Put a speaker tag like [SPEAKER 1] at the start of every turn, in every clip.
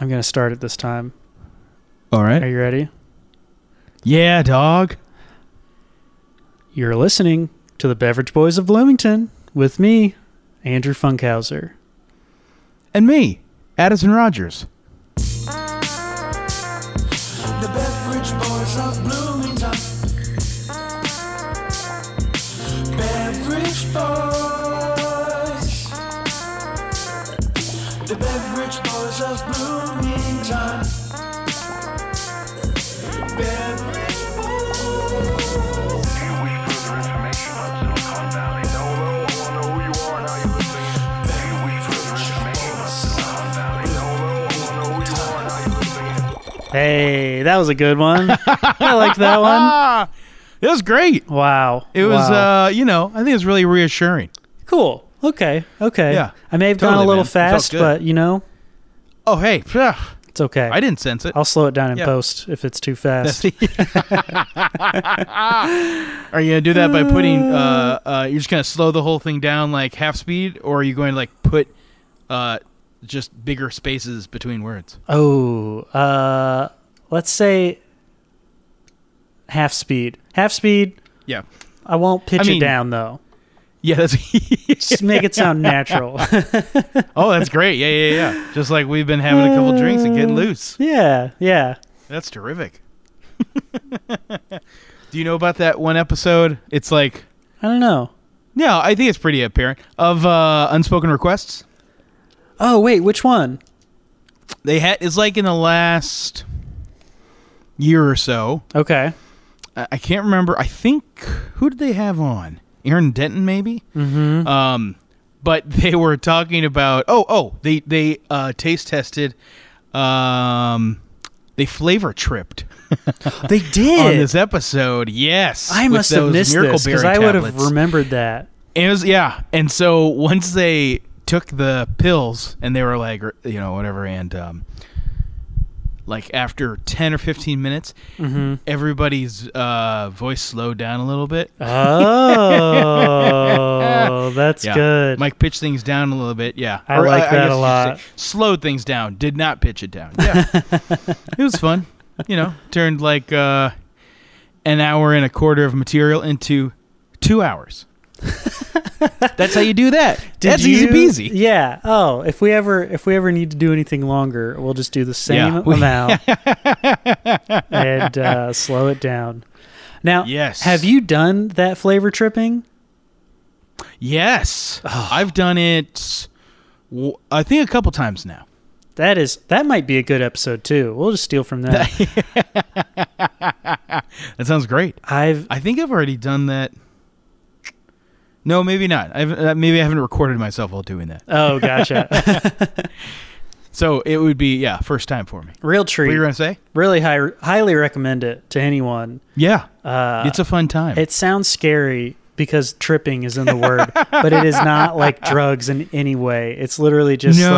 [SPEAKER 1] I'm gonna start it this time.
[SPEAKER 2] All
[SPEAKER 1] Are
[SPEAKER 2] right.
[SPEAKER 1] you ready?
[SPEAKER 2] Yeah, dog.
[SPEAKER 1] You're listening to the Beverage Boys of Bloomington with me, Andrew Funkhauser.
[SPEAKER 2] And me, Addison Rogers.
[SPEAKER 3] The beverage boys of Bloomington. Beverage boys. The beverage boys of Bloomington. Beverage boys.
[SPEAKER 4] you wish further information on Silicon Valley? No, no, I wanna know who you are and how you listen. If you wish further information on Silicon Valley, no, no, I wanna know who you are and how you listen.
[SPEAKER 1] Hey, that was a good one. I liked that one.
[SPEAKER 2] Ah, it was great.
[SPEAKER 1] Wow.
[SPEAKER 2] It was,
[SPEAKER 1] Wow.
[SPEAKER 2] uh, you know, I think it was really reassuring.
[SPEAKER 1] cool. Okay. Okay.
[SPEAKER 2] Yeah.
[SPEAKER 1] I may have gone
[SPEAKER 2] Totally,
[SPEAKER 1] a little
[SPEAKER 2] man. It felt
[SPEAKER 1] fast,
[SPEAKER 2] good.
[SPEAKER 1] but you know,
[SPEAKER 2] Oh, hey, phew,
[SPEAKER 1] it's okay.
[SPEAKER 2] I didn't sense it.
[SPEAKER 1] I'll slow it down in
[SPEAKER 2] Yeah.
[SPEAKER 1] post if it's too fast.
[SPEAKER 2] Are you gonna do that by putting? Uh, uh, you're just gonna slow the whole thing down like half speed, or are you going to like put uh, just bigger spaces between words?
[SPEAKER 1] Oh, uh, let's say half speed. Half speed.
[SPEAKER 2] Yeah,
[SPEAKER 1] I won't pitch
[SPEAKER 2] mean-
[SPEAKER 1] it down though.
[SPEAKER 2] yeah, that's
[SPEAKER 1] Just make it sound natural.
[SPEAKER 2] oh, that's great. Yeah, yeah, yeah. Just like we've been having a couple drinks and getting loose.
[SPEAKER 1] yeah, yeah.
[SPEAKER 2] That's terrific. do you know about that one episode? It's like
[SPEAKER 1] I don't know.
[SPEAKER 2] no, I think it's pretty apparent of uh, unspoken requests.
[SPEAKER 1] Oh wait, which one?
[SPEAKER 2] They had it's like in the last year or so.
[SPEAKER 1] Okay.
[SPEAKER 2] I I can't remember. I think who did they have on? Aaron Denton, maybe. Mm-hmm. Um, but they were talking about oh oh they they uh, taste tested, um, they flavor tripped
[SPEAKER 1] They
[SPEAKER 2] on
[SPEAKER 1] did.
[SPEAKER 2] this episode. Yes,
[SPEAKER 1] I
[SPEAKER 2] with
[SPEAKER 1] must have
[SPEAKER 2] those
[SPEAKER 1] missed this
[SPEAKER 2] Miracle-Berry
[SPEAKER 1] because I would have
[SPEAKER 2] tablets.
[SPEAKER 1] remembered that.
[SPEAKER 2] It was yeah, and so once they took the pills and they were like, or, you know, whatever, and um, like after ten or fifteen minutes,
[SPEAKER 1] Mm-hmm.
[SPEAKER 2] everybody's uh, voice slowed down a little bit.
[SPEAKER 1] Oh, that's
[SPEAKER 2] Yeah.
[SPEAKER 1] good.
[SPEAKER 2] Mike pitched things down a little bit. Yeah,
[SPEAKER 1] I like that a
[SPEAKER 2] guess you should
[SPEAKER 1] lot.
[SPEAKER 2] say Slowed things down. Did not pitch it down. Yeah, it was fun. You know, turned like uh, an hour and a quarter of material into two hours. That's how you do that.
[SPEAKER 1] Did
[SPEAKER 2] That's
[SPEAKER 1] you-
[SPEAKER 2] easy peasy.
[SPEAKER 1] Yeah. Oh, if we ever if we ever need to do anything longer, we'll just do the same
[SPEAKER 2] Yeah, we-
[SPEAKER 1] amount and uh, slow it down. Now,
[SPEAKER 2] Yes.
[SPEAKER 1] have you done that flavor tripping?
[SPEAKER 2] Yes, I've done it. w- I think a couple times now.
[SPEAKER 1] That is that might be a good episode too. We'll just steal from that.
[SPEAKER 2] That sounds great.
[SPEAKER 1] I've
[SPEAKER 2] I think I've already done that. No, maybe not. I've, uh, maybe I haven't recorded myself while doing that.
[SPEAKER 1] oh gotcha,
[SPEAKER 2] So it would be yeah, first time for me.
[SPEAKER 1] real
[SPEAKER 2] What
[SPEAKER 1] treat.
[SPEAKER 2] are you gonna say?
[SPEAKER 1] really high, highly recommend it to anyone.
[SPEAKER 2] Yeah, uh, it's a fun time.
[SPEAKER 1] It sounds scary because tripping is in the word, but it is not like drugs in any way. It's literally just
[SPEAKER 2] No.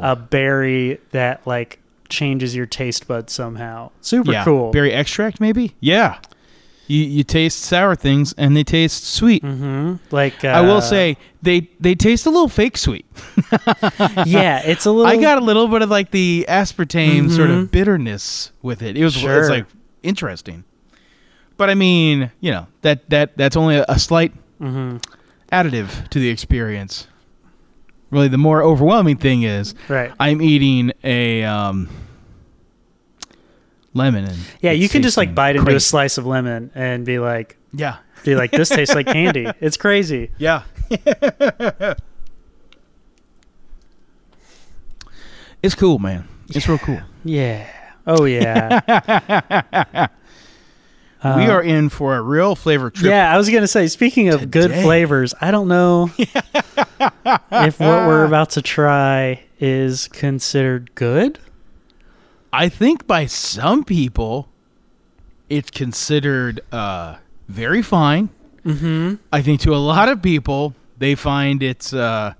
[SPEAKER 1] like a berry that like changes your taste bud somehow. Super
[SPEAKER 2] yeah.
[SPEAKER 1] cool.
[SPEAKER 2] Berry extract, maybe. Yeah, you you taste sour things and they taste sweet.
[SPEAKER 1] Like uh,
[SPEAKER 2] I will say they they taste a little fake sweet.
[SPEAKER 1] yeah, it's a little. Mm-hmm.
[SPEAKER 2] I got a little bit of like the aspartame sort of bitterness with it. It was
[SPEAKER 1] Sure.
[SPEAKER 2] it's like interesting, but I mean, you know that that that's only a, a slight
[SPEAKER 1] Mm-hmm.
[SPEAKER 2] additive to the experience. Really, the more overwhelming thing is
[SPEAKER 1] Right.
[SPEAKER 2] I'm eating a um, lemon. And
[SPEAKER 1] yeah, you
[SPEAKER 2] it's
[SPEAKER 1] can just like
[SPEAKER 2] tasting
[SPEAKER 1] bite into a
[SPEAKER 2] great.
[SPEAKER 1] slice of lemon and be like,
[SPEAKER 2] Yeah,
[SPEAKER 1] be like, this tastes like candy. It's crazy.
[SPEAKER 2] yeah. it's cool, man. It's real cool.
[SPEAKER 1] Yeah. Uh, Oh yeah.
[SPEAKER 2] we are in for a real flavor trip.
[SPEAKER 1] Yeah, I was gonna say. Speaking of good
[SPEAKER 2] Today.
[SPEAKER 1] flavors, I don't know if what we're about to try is considered good.
[SPEAKER 2] I think by some people, it's considered uh, very fine. Mm-hmm. I think to a lot of people, they find it's uh,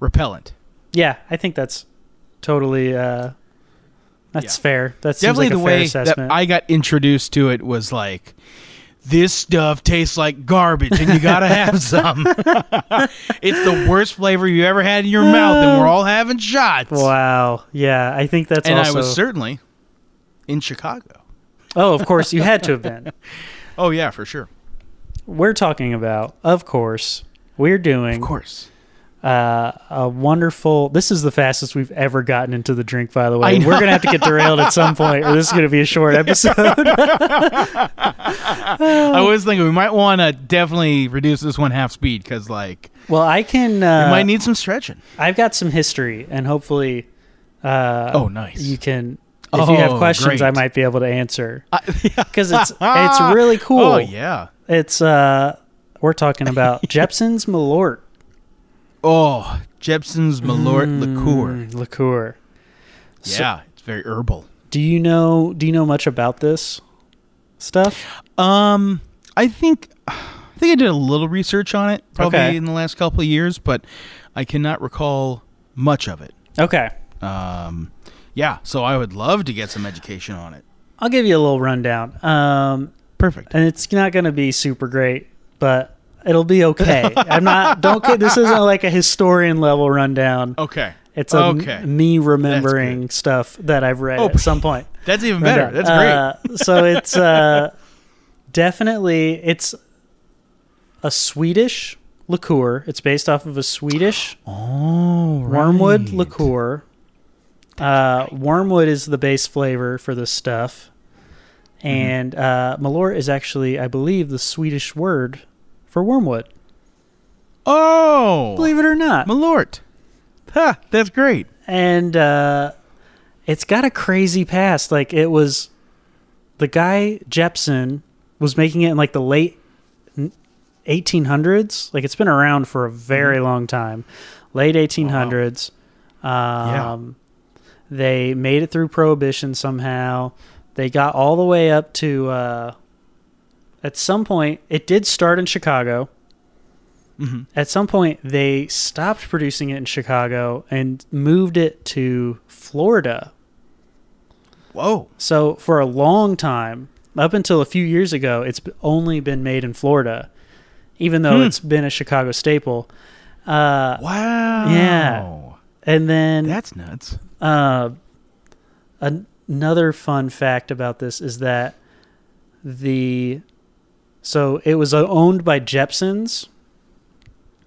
[SPEAKER 2] repellent.
[SPEAKER 1] Yeah, I think that's totally. Uh, that's
[SPEAKER 2] Yeah.
[SPEAKER 1] fair. That seems
[SPEAKER 2] Definitely
[SPEAKER 1] like a fair
[SPEAKER 2] the way
[SPEAKER 1] assessment.
[SPEAKER 2] that I got introduced to it was like this stuff tastes like garbage and you gotta have some. it's the worst flavor you ever had in your mouth, and we're all having shots.
[SPEAKER 1] Wow. Yeah, I think that's
[SPEAKER 2] and
[SPEAKER 1] also.
[SPEAKER 2] I was certainly in Chicago.
[SPEAKER 1] oh, of course, you had to have been.
[SPEAKER 2] Oh yeah, for sure.
[SPEAKER 1] We're talking about, of course, we're doing
[SPEAKER 2] course.
[SPEAKER 1] uh, a wonderful. This is the fastest we've ever gotten into the drink. By the
[SPEAKER 2] I
[SPEAKER 1] way,
[SPEAKER 2] know.
[SPEAKER 1] we're gonna have to get derailed at some point, or this is gonna be a short episode.
[SPEAKER 2] I was thinking we might want to definitely reduce this one half speed because like
[SPEAKER 1] well, I can.
[SPEAKER 2] we
[SPEAKER 1] Uh,
[SPEAKER 2] might need some stretching.
[SPEAKER 1] I've got some history, and hopefully, uh,
[SPEAKER 2] Oh, nice.
[SPEAKER 1] You can. If you have
[SPEAKER 2] Oh,
[SPEAKER 1] questions, I
[SPEAKER 2] great.
[SPEAKER 1] might be able to answer
[SPEAKER 2] I-
[SPEAKER 1] because it's it's really cool.
[SPEAKER 2] Oh yeah.
[SPEAKER 1] It's uh, we're talking about Jepson's Malort
[SPEAKER 2] Oh, Jepson's Malort
[SPEAKER 1] Mm.
[SPEAKER 2] liqueur.
[SPEAKER 1] liqueur.
[SPEAKER 2] Yeah, it's very herbal.
[SPEAKER 1] Do you know? Do you know much about this stuff?
[SPEAKER 2] Um, I think I think I did a little research on it probably
[SPEAKER 1] Okay.
[SPEAKER 2] in the last couple of years, but I cannot recall much of it.
[SPEAKER 1] Okay,
[SPEAKER 2] Um, yeah, so I would love to get some education on it.
[SPEAKER 1] I'll give you a little rundown. Um,
[SPEAKER 2] Perfect.
[SPEAKER 1] and it's not going to be super great, but it'll be okay. I'm not. Don't. get- This isn't like a historian level rundown.
[SPEAKER 2] Okay.
[SPEAKER 1] It's a m-
[SPEAKER 2] Oh, okay.
[SPEAKER 1] me remembering stuff that I've read
[SPEAKER 2] Oh,
[SPEAKER 1] at some point.
[SPEAKER 2] That's even
[SPEAKER 1] uh,
[SPEAKER 2] better. That's great.
[SPEAKER 1] great. so it's uh, definitely it's a Swedish liqueur. It's based off of a Swedish
[SPEAKER 2] oh,
[SPEAKER 1] wormwood liqueur. Uh, wormwood is the base flavor for this stuff, and uh, Malort is actually, I believe, the Swedish word for wormwood.
[SPEAKER 2] Oh,
[SPEAKER 1] Believe it or not,
[SPEAKER 2] Malort. Ha, that's great.
[SPEAKER 1] and uh, it's got a crazy past. Like it was, the guy Jepson was making it in like the late n- 1800s. Like it's been around for a very long time, late 1800s.
[SPEAKER 2] Yeah.
[SPEAKER 1] Um, They made it through Prohibition somehow. They got all the way up to. Uh, at some point, it did start in Chicago at some point they stopped producing it in Chicago and moved it to Florida.
[SPEAKER 2] Whoa.
[SPEAKER 1] So for a long time, up until a few years ago, it's b- only been made in Florida, even though it's been a Chicago staple. Uh,
[SPEAKER 2] Wow.
[SPEAKER 1] and then
[SPEAKER 2] That's nuts.
[SPEAKER 1] uh, an- another fun fact about this is that the so it was uh, owned by Jepsons,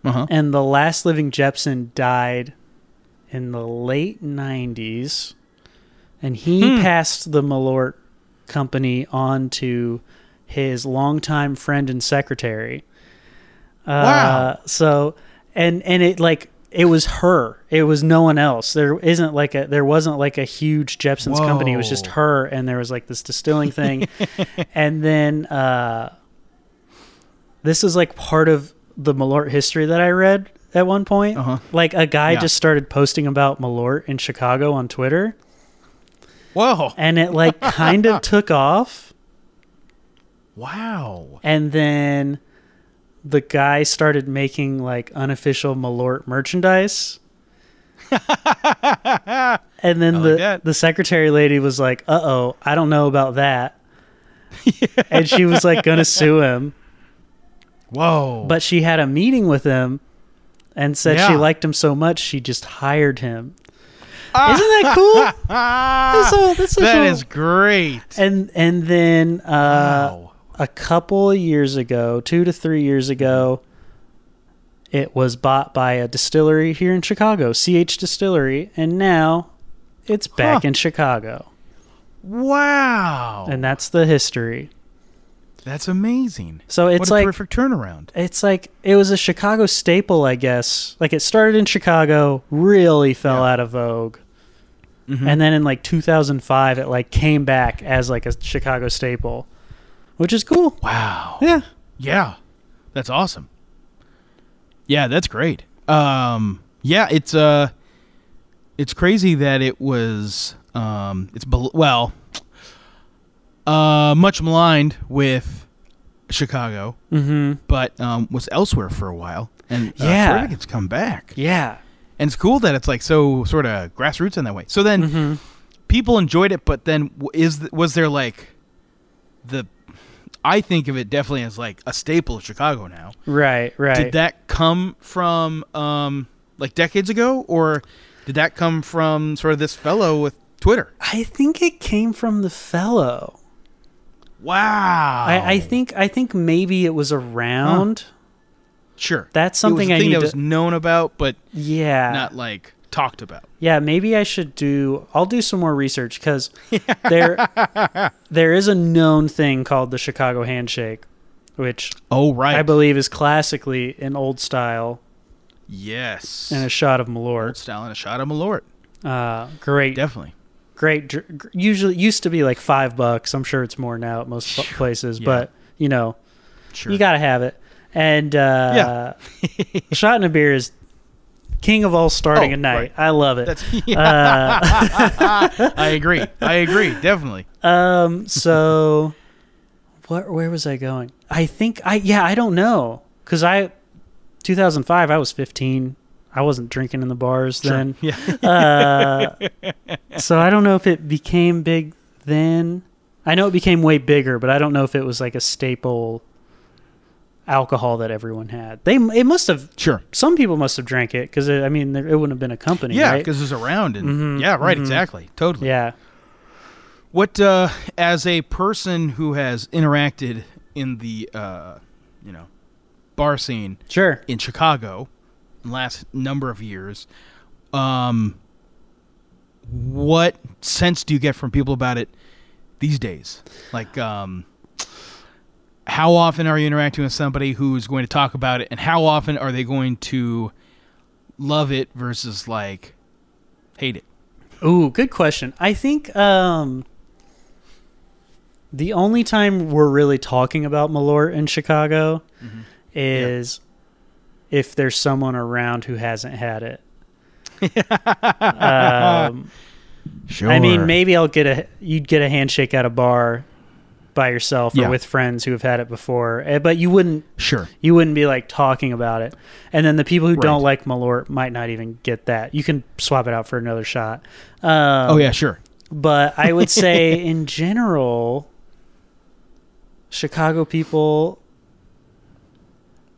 [SPEAKER 2] Uh huh.
[SPEAKER 1] and the last living Jepson died in the late 90s and he
[SPEAKER 2] Hmm.
[SPEAKER 1] passed the Malort company on to his longtime friend and secretary. Uh,
[SPEAKER 2] Wow.
[SPEAKER 1] so and and it like it was her. It was no one else. There isn't like a there wasn't like a huge Jepson's company. It was just
[SPEAKER 2] Whoa.
[SPEAKER 1] her and there was like this distilling thing. and then uh this is like part of the Malort history that I read at one point.
[SPEAKER 2] Uh-huh.
[SPEAKER 1] Like a guy
[SPEAKER 2] Yeah.
[SPEAKER 1] just started posting about Malort in Chicago on Twitter,
[SPEAKER 2] Whoa.
[SPEAKER 1] and it like kind of took off.
[SPEAKER 2] Wow.
[SPEAKER 1] And then the guy started making like unofficial Malort merchandise. and then
[SPEAKER 2] I
[SPEAKER 1] the
[SPEAKER 2] like that.
[SPEAKER 1] the secretary lady was like, "Uh oh, I don't know about that," and she was like, "Gonna sue him."
[SPEAKER 2] Whoa.
[SPEAKER 1] but she had a meeting with him and said she
[SPEAKER 2] Yeah.
[SPEAKER 1] liked him so much she just hired him. Isn't that cool?
[SPEAKER 2] ah,
[SPEAKER 1] that's all, that's
[SPEAKER 2] that
[SPEAKER 1] all.
[SPEAKER 2] is great.
[SPEAKER 1] and and then uh,
[SPEAKER 2] wow.
[SPEAKER 1] a couple of years ago, two to three years ago, it was bought by a distillery here in Chicago, CH Distillery, and now it's back
[SPEAKER 2] Huh.
[SPEAKER 1] in Chicago,
[SPEAKER 2] Wow.
[SPEAKER 1] and that's the history.
[SPEAKER 2] that's amazing.
[SPEAKER 1] So
[SPEAKER 2] what
[SPEAKER 1] it's
[SPEAKER 2] a
[SPEAKER 1] like
[SPEAKER 2] terrific turnaround.
[SPEAKER 1] it's like it was a Chicago staple, I guess. Like it started in Chicago, really fell out of vogue.
[SPEAKER 2] Mm-hmm.
[SPEAKER 1] And then in like 2005 it like came back as like a Chicago staple, which is cool.
[SPEAKER 2] Wow.
[SPEAKER 1] Yeah.
[SPEAKER 2] Yeah. That's awesome. Yeah, that's great. Um yeah, it's uh it's crazy that it was um it's bel- well uh much maligned with Chicago,
[SPEAKER 1] Mhm.
[SPEAKER 2] but um was elsewhere for a while and uh,
[SPEAKER 1] Yeah.
[SPEAKER 2] terrific it's come back.
[SPEAKER 1] Yeah.
[SPEAKER 2] And it's cool that it's like so sort of grassroots in that way. So then
[SPEAKER 1] Mm-hmm.
[SPEAKER 2] people enjoyed it, but then w- is th- was there like the I think of it definitely as like a staple of Chicago now.
[SPEAKER 1] Right, right.
[SPEAKER 2] Did that come from um, like decades ago, or did that come from sort of this fellow with Twitter?
[SPEAKER 1] I think it came from the fellow.
[SPEAKER 2] Wow.
[SPEAKER 1] I, I think I think maybe it was around.
[SPEAKER 2] sure
[SPEAKER 1] That's
[SPEAKER 2] It was
[SPEAKER 1] something
[SPEAKER 2] a
[SPEAKER 1] I
[SPEAKER 2] thing
[SPEAKER 1] need
[SPEAKER 2] that
[SPEAKER 1] to-
[SPEAKER 2] was known about, but
[SPEAKER 1] Yeah.
[SPEAKER 2] not like talked about.
[SPEAKER 1] Yeah, maybe I should do. I'll do some more research because there, there is a known thing called the Chicago handshake, which
[SPEAKER 2] Oh right.
[SPEAKER 1] I believe is classically an old style
[SPEAKER 2] yes.
[SPEAKER 1] and a shot of
[SPEAKER 2] Old
[SPEAKER 1] Malort.
[SPEAKER 2] style and a shot of Malort.
[SPEAKER 1] Uh, great,
[SPEAKER 2] Definitely.
[SPEAKER 1] great. dr- gr- Usually used to be like five bucks. I'm sure it's more now at most pl- places,
[SPEAKER 2] Yeah.
[SPEAKER 1] but you know
[SPEAKER 2] Sure.
[SPEAKER 1] you gotta have it. And uh, a shot and a beer is king of all starting
[SPEAKER 2] Oh,
[SPEAKER 1] a night.
[SPEAKER 2] right.
[SPEAKER 1] I love it.
[SPEAKER 2] That's
[SPEAKER 1] Uh,
[SPEAKER 2] I agree. I agree. Definitely.
[SPEAKER 1] Um. So, what? Where was I going? I think I. Yeah, I don't know. Cause I, 2005, I was 15. I wasn't drinking in the bars then.
[SPEAKER 2] Yeah.
[SPEAKER 1] Uh, so I don't know if it became big then. I know it became way bigger, but I don't know if it was like a staple alcohol that everyone had. They it must have.
[SPEAKER 2] Sure.
[SPEAKER 1] Some people must have drank it because I mean there, it wouldn't have been a company.
[SPEAKER 2] Yeah,
[SPEAKER 1] right? Mm-hmm.
[SPEAKER 2] because it's around and yeah, right, exactly, totally.
[SPEAKER 1] yeah.
[SPEAKER 2] What uh, as a person who has interacted in the uh, you know bar scene
[SPEAKER 1] Sure.
[SPEAKER 2] in Chicago in the last number of years, um, what sense do you get from people about it these days? Like, um, how often are you interacting with somebody who's going to talk about it, and how often are they going to love it versus like hate it?
[SPEAKER 1] Ooh, good question. I think um, the only time we're really talking about Malort in Chicago
[SPEAKER 2] Mm-hmm.
[SPEAKER 1] is if there's someone around who hasn't had it. um,
[SPEAKER 2] Sure.
[SPEAKER 1] I mean, maybe I'll get a you'd get a handshake at a bar by yourself
[SPEAKER 2] Yeah.
[SPEAKER 1] or with friends who have had it before, eh, but you wouldn't
[SPEAKER 2] Sure.
[SPEAKER 1] you wouldn't be like talking about it. And then the people who don't
[SPEAKER 2] Right.
[SPEAKER 1] like Malort might not even get that. You can swap it out for another shot. Um,
[SPEAKER 2] Oh yeah, sure.
[SPEAKER 1] but I would say in general, Chicago people.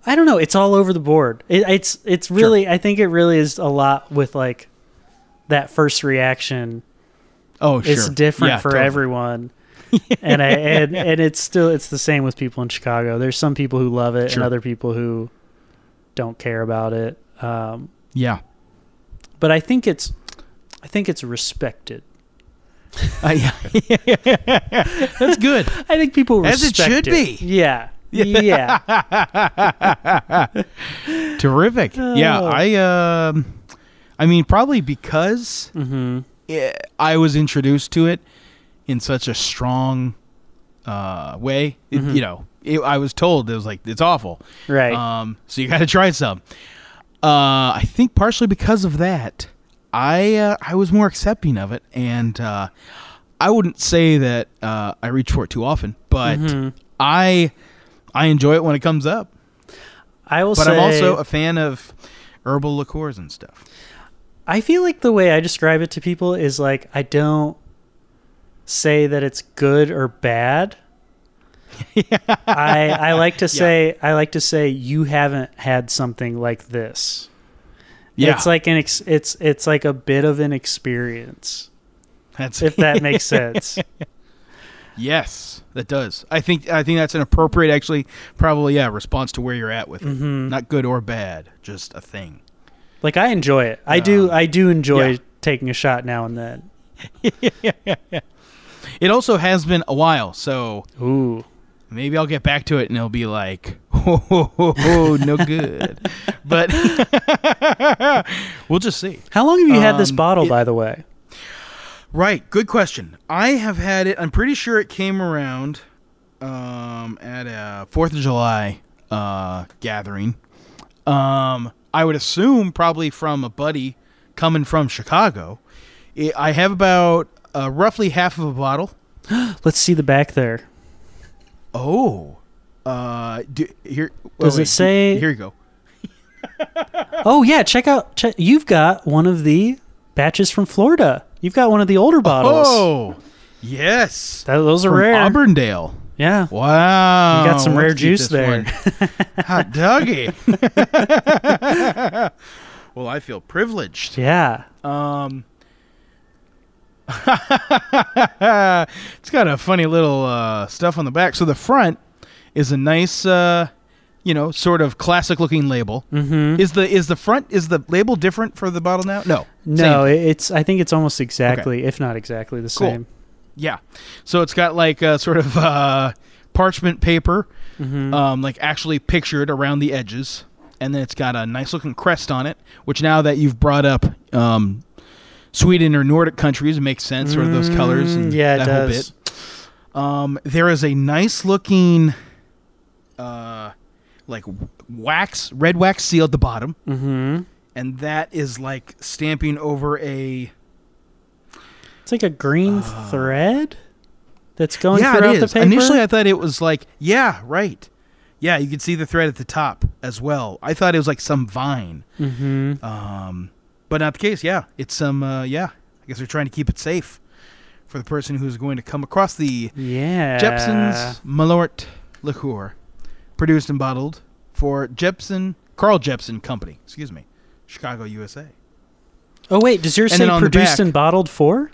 [SPEAKER 1] I don't know. It's all over the board. It, it's it's really. I think it really is a lot with like that first reaction.
[SPEAKER 2] Oh sure.
[SPEAKER 1] It's different
[SPEAKER 2] Yeah,
[SPEAKER 1] for
[SPEAKER 2] totally.
[SPEAKER 1] everyone, and I and, and it's still it's the same with people in Chicago. There's some people who love it
[SPEAKER 2] Sure.
[SPEAKER 1] and other people who don't care about it. Um,
[SPEAKER 2] Yeah.
[SPEAKER 1] but I think it's I think it's respected.
[SPEAKER 2] Uh, yeah. That's good.
[SPEAKER 1] I think people
[SPEAKER 2] As it
[SPEAKER 1] respect
[SPEAKER 2] should be.
[SPEAKER 1] Yeah. Yeah.
[SPEAKER 2] Terrific. Yeah,
[SPEAKER 1] Oh.
[SPEAKER 2] I um I mean probably because eh, I was introduced to it in such a strong uh way, It- you know. It, I was told it was like it's awful.
[SPEAKER 1] Right.
[SPEAKER 2] Um so you got to try some. Uh I think partially because of that, I uh, I was more accepting of it and uh I wouldn't say that uh I reach for it too often, but I I enjoy it when it comes up
[SPEAKER 1] I will
[SPEAKER 2] but
[SPEAKER 1] say
[SPEAKER 2] I'm also a fan of herbal liqueurs and stuff.
[SPEAKER 1] I feel like the way I describe it to people is like I don't say that it's good or bad. I I like to say I like to say you haven't had something like this. It's like an ex- it's it's like a bit of an experience
[SPEAKER 2] that's
[SPEAKER 1] if that makes sense.
[SPEAKER 2] yes, that does. I think I think that's an appropriate, actually, probably yeah, response to where you're at with
[SPEAKER 1] Mm-hmm.
[SPEAKER 2] it. Not good or bad, just a thing.
[SPEAKER 1] Like I enjoy it. I do I do enjoy
[SPEAKER 2] Uh, yeah.
[SPEAKER 1] taking a shot now and then.
[SPEAKER 2] It also has been a while, so
[SPEAKER 1] Ooh.
[SPEAKER 2] maybe I'll get back to it and it'll be like, oh, ho ho ho, no good. but we'll just see.
[SPEAKER 1] How long have you had this
[SPEAKER 2] Um,
[SPEAKER 1] bottle
[SPEAKER 2] it-
[SPEAKER 1] by the way?
[SPEAKER 2] Right. Good question. I have had it. I'm pretty sure it came around um, at a Fourth of July uh, gathering. Um, I would assume probably from a buddy coming from Chicago. It, I have about uh, roughly half of a bottle.
[SPEAKER 1] Let's see the back there.
[SPEAKER 2] Oh. Uh, do, here.
[SPEAKER 1] Does it say-
[SPEAKER 2] Here you go.
[SPEAKER 1] Oh yeah, check out. Check, you've got one of the batches from Florida. You've got one of the older bottles.
[SPEAKER 2] Oh, yes.
[SPEAKER 1] That- those are
[SPEAKER 2] Oh. from
[SPEAKER 1] rare.
[SPEAKER 2] Auburndale.
[SPEAKER 1] Yeah.
[SPEAKER 2] Wow.
[SPEAKER 1] You got some
[SPEAKER 2] let's
[SPEAKER 1] rare
[SPEAKER 2] eat
[SPEAKER 1] juice
[SPEAKER 2] this
[SPEAKER 1] there.
[SPEAKER 2] one. Hot doggy. well, I feel privileged.
[SPEAKER 1] Yeah.
[SPEAKER 2] Um, it's got a funny little uh, stuff on the back. So the front is a nice, uh, you know, sort of classic-looking label. Mm-hmm. Is the is the front is the label different for the bottle now? No,
[SPEAKER 1] No,
[SPEAKER 2] Same.
[SPEAKER 1] it- it's. I think it's almost exactly, if not exactly, the
[SPEAKER 2] Cool.
[SPEAKER 1] same.
[SPEAKER 2] yeah. So it's got like a sort of uh, parchment paper,
[SPEAKER 1] Mm-hmm.
[SPEAKER 2] um, like actually pictured around the edges, and then it's got a nice-looking crest on it. Which now that you've brought up. Um, Sweden or Nordic countries makes sense, sort of those colors and
[SPEAKER 1] Mm, Yeah, it
[SPEAKER 2] that whole bit.
[SPEAKER 1] does.
[SPEAKER 2] Um, there is a nice looking, uh, like wax, red wax seal at the bottom,
[SPEAKER 1] Mm-hmm.
[SPEAKER 2] and that is like stamping over a.
[SPEAKER 1] It's like a green thread that's going
[SPEAKER 2] Ah. yeah,
[SPEAKER 1] throughout
[SPEAKER 2] it
[SPEAKER 1] the
[SPEAKER 2] is.
[SPEAKER 1] paper.
[SPEAKER 2] Initially, I thought it was like, yeah, right, yeah. You could see the thread at the top as well. I thought it was like some vine,
[SPEAKER 1] mm-hmm.
[SPEAKER 2] um, but not the case. Yeah, it's some. Uh, yeah, I guess they're trying to keep it safe for the person who's going to come across the
[SPEAKER 1] Yeah.
[SPEAKER 2] Jepson's Malort liqueur, produced and bottled for Jepson Carl Jepson Company. Excuse me, Chicago, USA.
[SPEAKER 1] Oh wait, does yours
[SPEAKER 2] And
[SPEAKER 1] say
[SPEAKER 2] then on the
[SPEAKER 1] produced
[SPEAKER 2] back-
[SPEAKER 1] and bottled for?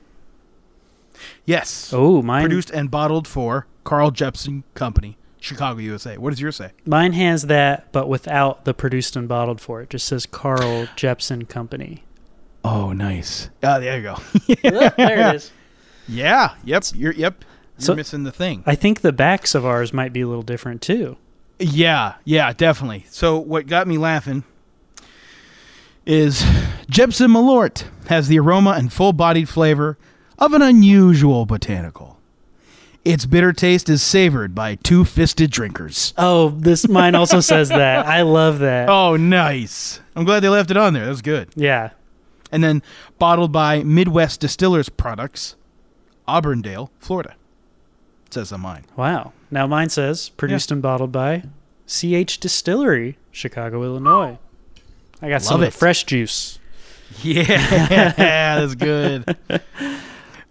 [SPEAKER 2] Yes,
[SPEAKER 1] Oh, mine.
[SPEAKER 2] produced and bottled for Carl Jepson Company, Chicago, USA. What does yours say?
[SPEAKER 1] Mine has that, but without the produced and bottled for. It just says Carl Jepson Company.
[SPEAKER 2] Oh, nice. Ah, there you go.
[SPEAKER 1] Oh, there it is.
[SPEAKER 2] yeah. Yep. You're yep. You're
[SPEAKER 1] So-
[SPEAKER 2] missing the thing.
[SPEAKER 1] I think the backs of ours might be a little different too.
[SPEAKER 2] Yeah, yeah, definitely. So what got me laughing is Jepson Malort has the aroma and full-bodied flavor of an unusual botanical. Its bitter taste is savored by two-fisted drinkers.
[SPEAKER 1] Oh, this mine also says that. I love that.
[SPEAKER 2] Oh, nice. I'm glad they left it on there. That was good.
[SPEAKER 1] Yeah.
[SPEAKER 2] And then bottled by Midwest Distillers Products, Auburndale, Florida. It says on mine.
[SPEAKER 1] Wow. Now mine says produced and bottled by CH Distillery, Chicago, Illinois. I got some of
[SPEAKER 2] Love
[SPEAKER 1] the
[SPEAKER 2] it.
[SPEAKER 1] fresh juice.
[SPEAKER 2] Yeah, that's good.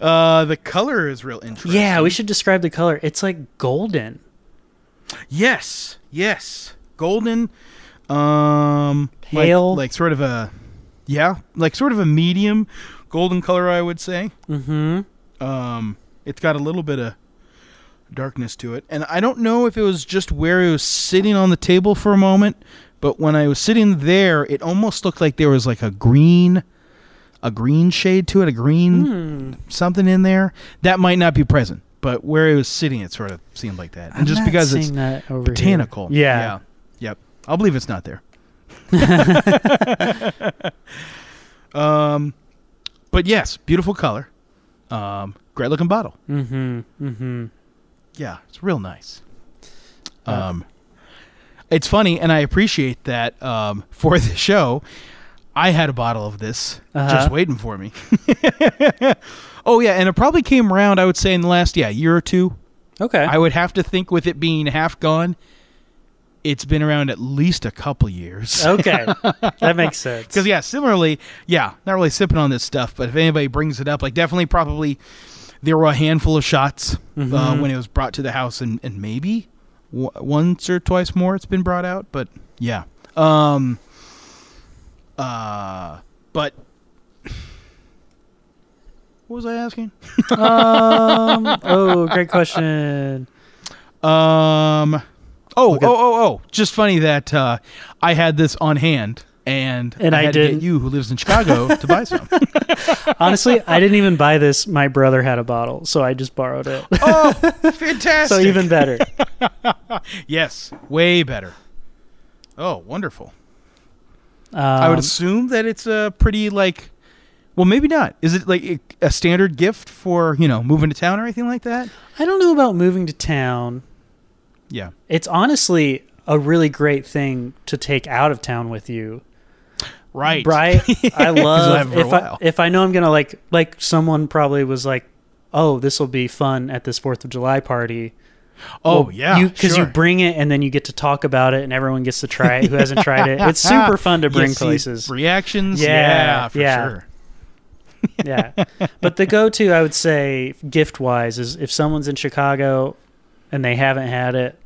[SPEAKER 2] Uh, the color is real interesting.
[SPEAKER 1] Yeah, we should describe the color. It's like golden.
[SPEAKER 2] Yes, yes, golden, um, like-
[SPEAKER 1] Pale.
[SPEAKER 2] like, sort of a, yeah, like sort of a medium golden color, I would say.
[SPEAKER 1] Mm-hmm.
[SPEAKER 2] Um, it's got a little bit of darkness to it, and I don't know if it was just where it was sitting on the table for a moment, but when I was sitting there, it almost looked like there was like a green, a green shade to it, a green
[SPEAKER 1] Hmm.
[SPEAKER 2] something in there that might not be present. But where it was sitting, it sort of seemed like that, and just because it's
[SPEAKER 1] that over here.
[SPEAKER 2] botanical.
[SPEAKER 1] Yeah.
[SPEAKER 2] Yep. I'll believe it's not there. um, but yes, beautiful color. Um, great looking bottle.
[SPEAKER 1] Mm-hmm. Mm-hmm.
[SPEAKER 2] Yeah, it's real nice.
[SPEAKER 1] Uh,
[SPEAKER 2] Um, it's funny, and I appreciate that. Um, for the show, I had a bottle of this
[SPEAKER 1] Uh-huh.
[SPEAKER 2] just waiting for me. oh yeah, and it probably came around. I would say in the last yeah year or two,
[SPEAKER 1] Okay.
[SPEAKER 2] I would have to think with it being half gone, it's been around at least a couple years.
[SPEAKER 1] okay. that makes sense.
[SPEAKER 2] Because yeah, similarly, yeah, not really sipping on this stuff, but if anybody brings it up, like definitely, probably there were a handful of shots uh, when it was brought to the house, and and maybe w- once or twice more it's been brought out, but yeah, um, uh, but what was I asking?
[SPEAKER 1] um, oh, great question.
[SPEAKER 2] Um. Oh, oh,
[SPEAKER 1] at-
[SPEAKER 2] oh, oh! Just funny that uh, I had this on hand, and
[SPEAKER 1] And I
[SPEAKER 2] had to
[SPEAKER 1] didn't.
[SPEAKER 2] get you, who lives in Chicago, to buy some.
[SPEAKER 1] Honestly, I didn't even buy this. My brother had a bottle, so I just borrowed it.
[SPEAKER 2] oh, fantastic!
[SPEAKER 1] so even better.
[SPEAKER 2] yes, way better. Oh, wonderful!
[SPEAKER 1] Um,
[SPEAKER 2] I would assume that it's a pretty like, well, maybe not. Is it like a- a standard gift for you know moving to town or anything like that?
[SPEAKER 1] I don't know about moving to town.
[SPEAKER 2] Yeah.
[SPEAKER 1] It's honestly a really great thing to take out of town with you.
[SPEAKER 2] Right.
[SPEAKER 1] Right? I
[SPEAKER 2] have it
[SPEAKER 1] love
[SPEAKER 2] for a
[SPEAKER 1] if I,
[SPEAKER 2] while.
[SPEAKER 1] if I know I'm gonna like like someone probably was like, oh, this will be fun at this Fourth of July party.
[SPEAKER 2] Oh
[SPEAKER 1] Well,
[SPEAKER 2] yeah.
[SPEAKER 1] you, because
[SPEAKER 2] sure.
[SPEAKER 1] you bring it and then you get to talk about it, and everyone gets to try it who hasn't tried it. It's super fun to
[SPEAKER 2] You
[SPEAKER 1] bring
[SPEAKER 2] see
[SPEAKER 1] places.
[SPEAKER 2] Reactions.
[SPEAKER 1] Yeah,
[SPEAKER 2] Yeah. for
[SPEAKER 1] yeah.
[SPEAKER 2] sure.
[SPEAKER 1] yeah, but the go-to I would say gift-wise is if someone's in Chicago and they haven't had it,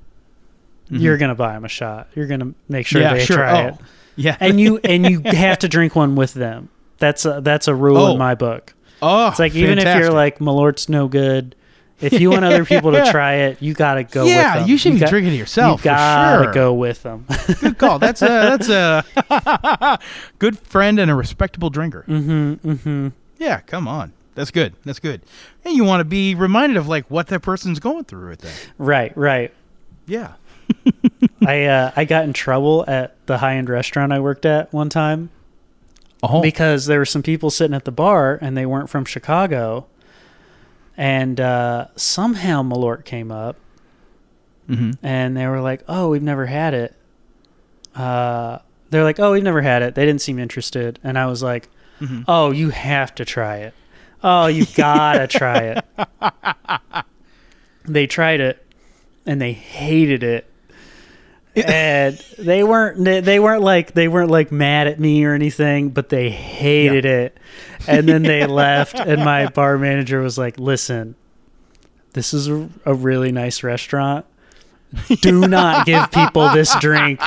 [SPEAKER 1] you're gonna buy them a shot. You're gonna make Mm-hmm. sure
[SPEAKER 2] Mm-hmm. yeah,
[SPEAKER 1] they
[SPEAKER 2] sure.
[SPEAKER 1] try
[SPEAKER 2] oh,
[SPEAKER 1] it,
[SPEAKER 2] yeah.
[SPEAKER 1] and you and you have to drink one with them. That's a, that's a rule
[SPEAKER 2] Oh.
[SPEAKER 1] in my book.
[SPEAKER 2] oh,
[SPEAKER 1] It's like even if you're
[SPEAKER 2] fantastic.
[SPEAKER 1] like Malort's no good, if you want other people to
[SPEAKER 2] Yeah.
[SPEAKER 1] try it, you gotta go.
[SPEAKER 2] yeah,
[SPEAKER 1] with them.
[SPEAKER 2] you shouldn't
[SPEAKER 1] got-
[SPEAKER 2] drink it yourself.
[SPEAKER 1] You gotta
[SPEAKER 2] for sure.
[SPEAKER 1] go with them.
[SPEAKER 2] Good call. That's a that's a good friend and a respectable drinker.
[SPEAKER 1] mm-hmm, mm-hmm.
[SPEAKER 2] Yeah, come on. That's good. That's good. And you want to be reminded of like what that person's going through at that.
[SPEAKER 1] Right, right.
[SPEAKER 2] Yeah.
[SPEAKER 1] I uh, I got in trouble at the high end restaurant I worked at one time
[SPEAKER 2] Oh.
[SPEAKER 1] because there were some people sitting at the bar and they weren't from Chicago, and uh, somehow Malort came up
[SPEAKER 2] hmm
[SPEAKER 1] and they were like, "Oh, we've never had it." Uh, they're like, "Oh, we've never had it." They didn't seem interested, and I was like, "Oh, you have to try it. Oh, you gotta try it." They tried it, and they hated it. and they weren't they- they weren't like they weren't like mad at me or anything, but they hated it. And then they left, and my bar manager was like, "Listen, this is a, a really nice restaurant. Do not give people this drink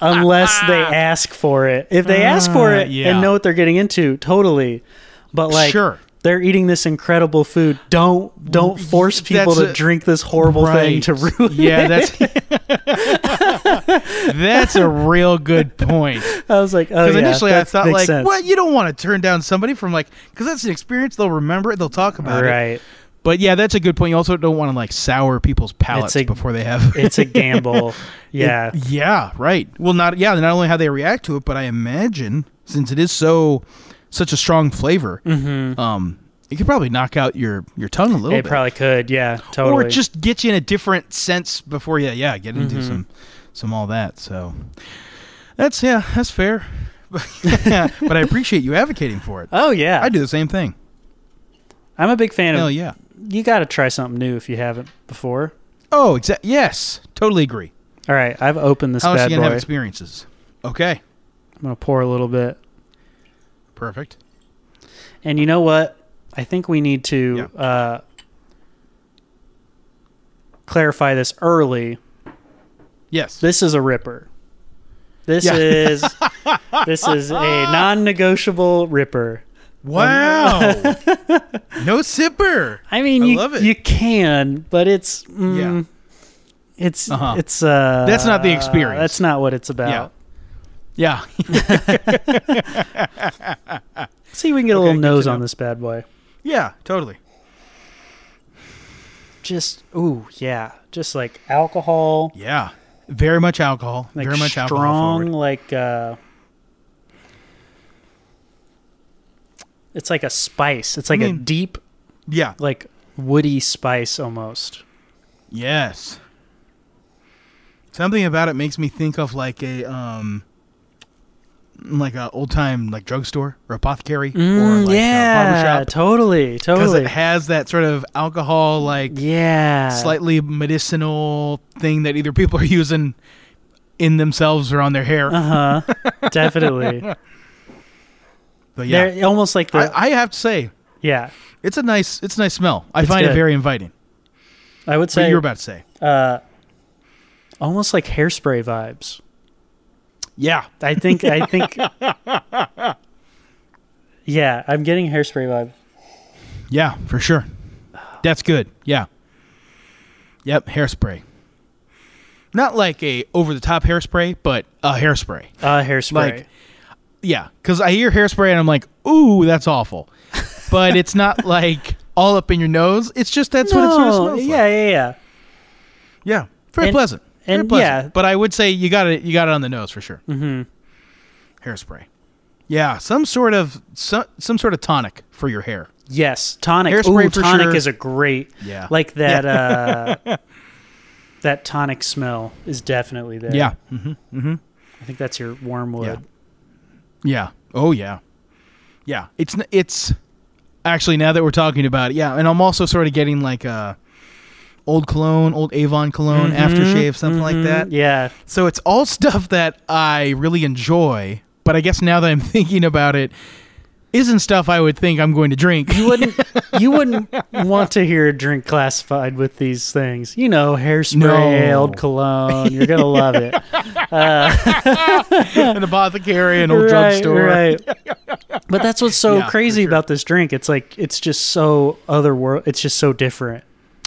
[SPEAKER 1] unless they ask for it. If they ask for
[SPEAKER 2] Uh,
[SPEAKER 1] it
[SPEAKER 2] yeah.
[SPEAKER 1] and know what they're getting into, totally. But like,
[SPEAKER 2] Sure.
[SPEAKER 1] they're eating this incredible food. Don't don't force people
[SPEAKER 2] That's
[SPEAKER 1] to
[SPEAKER 2] a-
[SPEAKER 1] drink this horrible thing to ruin.
[SPEAKER 2] Yeah,
[SPEAKER 1] it.
[SPEAKER 2] that's that's a real good point.
[SPEAKER 1] I was like, oh
[SPEAKER 2] Because
[SPEAKER 1] yeah,
[SPEAKER 2] initially I
[SPEAKER 1] that
[SPEAKER 2] thought
[SPEAKER 1] makes
[SPEAKER 2] like,
[SPEAKER 1] sense.
[SPEAKER 2] well, you don't want to turn down somebody from like because that's an experience they'll remember it, they'll talk about it.
[SPEAKER 1] right?
[SPEAKER 2] But yeah, that's a good point. You also don't want to like sour people's palates
[SPEAKER 1] a-
[SPEAKER 2] before they have.
[SPEAKER 1] It's a gamble. yeah,
[SPEAKER 2] yeah, right. Well, not yeah. Not only how they react to it, but I imagine since it is so such a strong flavor, um, it could probably knock out your your tongue a little
[SPEAKER 1] Mm-hmm. it
[SPEAKER 2] bit,
[SPEAKER 1] probably could. Yeah, totally. Mm-hmm.
[SPEAKER 2] or just get you in a different sense before you yeah get into some some all that. So that's yeah, that's fair. but I appreciate you advocating for it.
[SPEAKER 1] oh yeah,
[SPEAKER 2] I do the same thing.
[SPEAKER 1] I'm a big fan
[SPEAKER 2] Hell
[SPEAKER 1] of.
[SPEAKER 2] yeah.
[SPEAKER 1] You got to try something new if you haven't before.
[SPEAKER 2] Oh, exa- yes, totally agree.
[SPEAKER 1] All right, I've opened this
[SPEAKER 2] How else
[SPEAKER 1] bad
[SPEAKER 2] you
[SPEAKER 1] boy.
[SPEAKER 2] gonna have experiences? Okay,
[SPEAKER 1] I'm gonna pour a little bit.
[SPEAKER 2] perfect.
[SPEAKER 1] And you know what? I think we need to uh, clarify this early.
[SPEAKER 2] Yes.
[SPEAKER 1] This is a ripper. This
[SPEAKER 2] Yeah.
[SPEAKER 1] is this is a non-negotiable ripper.
[SPEAKER 2] Wow. no sipper.
[SPEAKER 1] I mean,
[SPEAKER 2] I
[SPEAKER 1] you
[SPEAKER 2] love it.
[SPEAKER 1] you can, but it's mm, it's
[SPEAKER 2] Uh-huh.
[SPEAKER 1] it's uh
[SPEAKER 2] That's not the experience.
[SPEAKER 1] That's not what it's about.
[SPEAKER 2] Yeah.
[SPEAKER 1] Let's see if we can get a
[SPEAKER 2] Okay,
[SPEAKER 1] little
[SPEAKER 2] good to
[SPEAKER 1] nose on
[SPEAKER 2] know.
[SPEAKER 1] this bad boy.
[SPEAKER 2] yeah, totally.
[SPEAKER 1] Just ooh, yeah. Just like alcohol.
[SPEAKER 2] Yeah. Very much alcohol.
[SPEAKER 1] like
[SPEAKER 2] very much alcohol.
[SPEAKER 1] strong
[SPEAKER 2] forward.
[SPEAKER 1] like uh it's like a spice it's like a
[SPEAKER 2] mean-
[SPEAKER 1] deep
[SPEAKER 2] Yeah.
[SPEAKER 1] like woody spice almost
[SPEAKER 2] Yes. Something about it makes me think of like a um like a old time like drugstore or apothecary or like a
[SPEAKER 1] Mm, yeah
[SPEAKER 2] barbershop.
[SPEAKER 1] totally
[SPEAKER 2] Because
[SPEAKER 1] totally
[SPEAKER 2] it has that sort of alcohol like
[SPEAKER 1] yeah
[SPEAKER 2] slightly medicinal thing that either people are using in themselves or on their hair.
[SPEAKER 1] uh-huh definitely
[SPEAKER 2] But yeah.
[SPEAKER 1] they're almost like the
[SPEAKER 2] I, I have to say,
[SPEAKER 1] yeah
[SPEAKER 2] It's a nice, it's a nice smell. I
[SPEAKER 1] It's
[SPEAKER 2] find it
[SPEAKER 1] good.
[SPEAKER 2] very inviting.
[SPEAKER 1] i would
[SPEAKER 2] So
[SPEAKER 1] say
[SPEAKER 2] you were about to say,
[SPEAKER 1] uh almost like hairspray vibes
[SPEAKER 2] yeah,
[SPEAKER 1] i think i think yeah i'm getting hairspray vibe
[SPEAKER 2] yeah, for sure. That's good. Yeah. Yep, hairspray. Not like a over the top hairspray, but a hairspray.
[SPEAKER 1] uh hairspray
[SPEAKER 2] Like- Yeah, because I hear hairspray and I'm like, ooh, that's awful. But it's not like all up in your nose. It's just that's what it sort of
[SPEAKER 1] No,
[SPEAKER 2] smells
[SPEAKER 1] yeah
[SPEAKER 2] like.
[SPEAKER 1] yeah yeah
[SPEAKER 2] Yeah, very
[SPEAKER 1] And-
[SPEAKER 2] pleasant. Very
[SPEAKER 1] and
[SPEAKER 2] pleasant.
[SPEAKER 1] yeah.
[SPEAKER 2] but I would say you got it. You got it on the nose for sure. Mm-hmm.
[SPEAKER 1] Mm-hmm.
[SPEAKER 2] Hairspray. Yeah, some sort of some, some sort of tonic for your hair.
[SPEAKER 1] Yes, tonic.
[SPEAKER 2] Hairspray
[SPEAKER 1] Ooh,
[SPEAKER 2] for
[SPEAKER 1] tonic
[SPEAKER 2] sure.
[SPEAKER 1] is a great.
[SPEAKER 2] Yeah.
[SPEAKER 1] Like that. uh That tonic smell is definitely there.
[SPEAKER 2] Yeah. mm-hmm.
[SPEAKER 1] I think that's your
[SPEAKER 2] Yeah.
[SPEAKER 1] wormwood.
[SPEAKER 2] Yeah. Oh yeah. Yeah. It's n- it's actually now that we're talking about it, yeah, and I'm also sort of getting like uh old cologne, old Avon cologne,
[SPEAKER 1] Mm-hmm.
[SPEAKER 2] aftershave, something like that.
[SPEAKER 1] Yeah.
[SPEAKER 2] So it's all stuff that I really enjoy, but I guess now that I'm thinking about it, isn't stuff I would think I'm going to drink.
[SPEAKER 1] You wouldn't you wouldn't want to hear a drink classified with these things. You know, hairspray,
[SPEAKER 2] No.
[SPEAKER 1] old cologne. You're gonna love it.
[SPEAKER 2] an apothecary, an old
[SPEAKER 1] Right,
[SPEAKER 2] drugstore.
[SPEAKER 1] right. But that's what's so
[SPEAKER 2] Yeah, for
[SPEAKER 1] crazy
[SPEAKER 2] sure.
[SPEAKER 1] about this drink. It's like it's just so otherworld. It's just so different.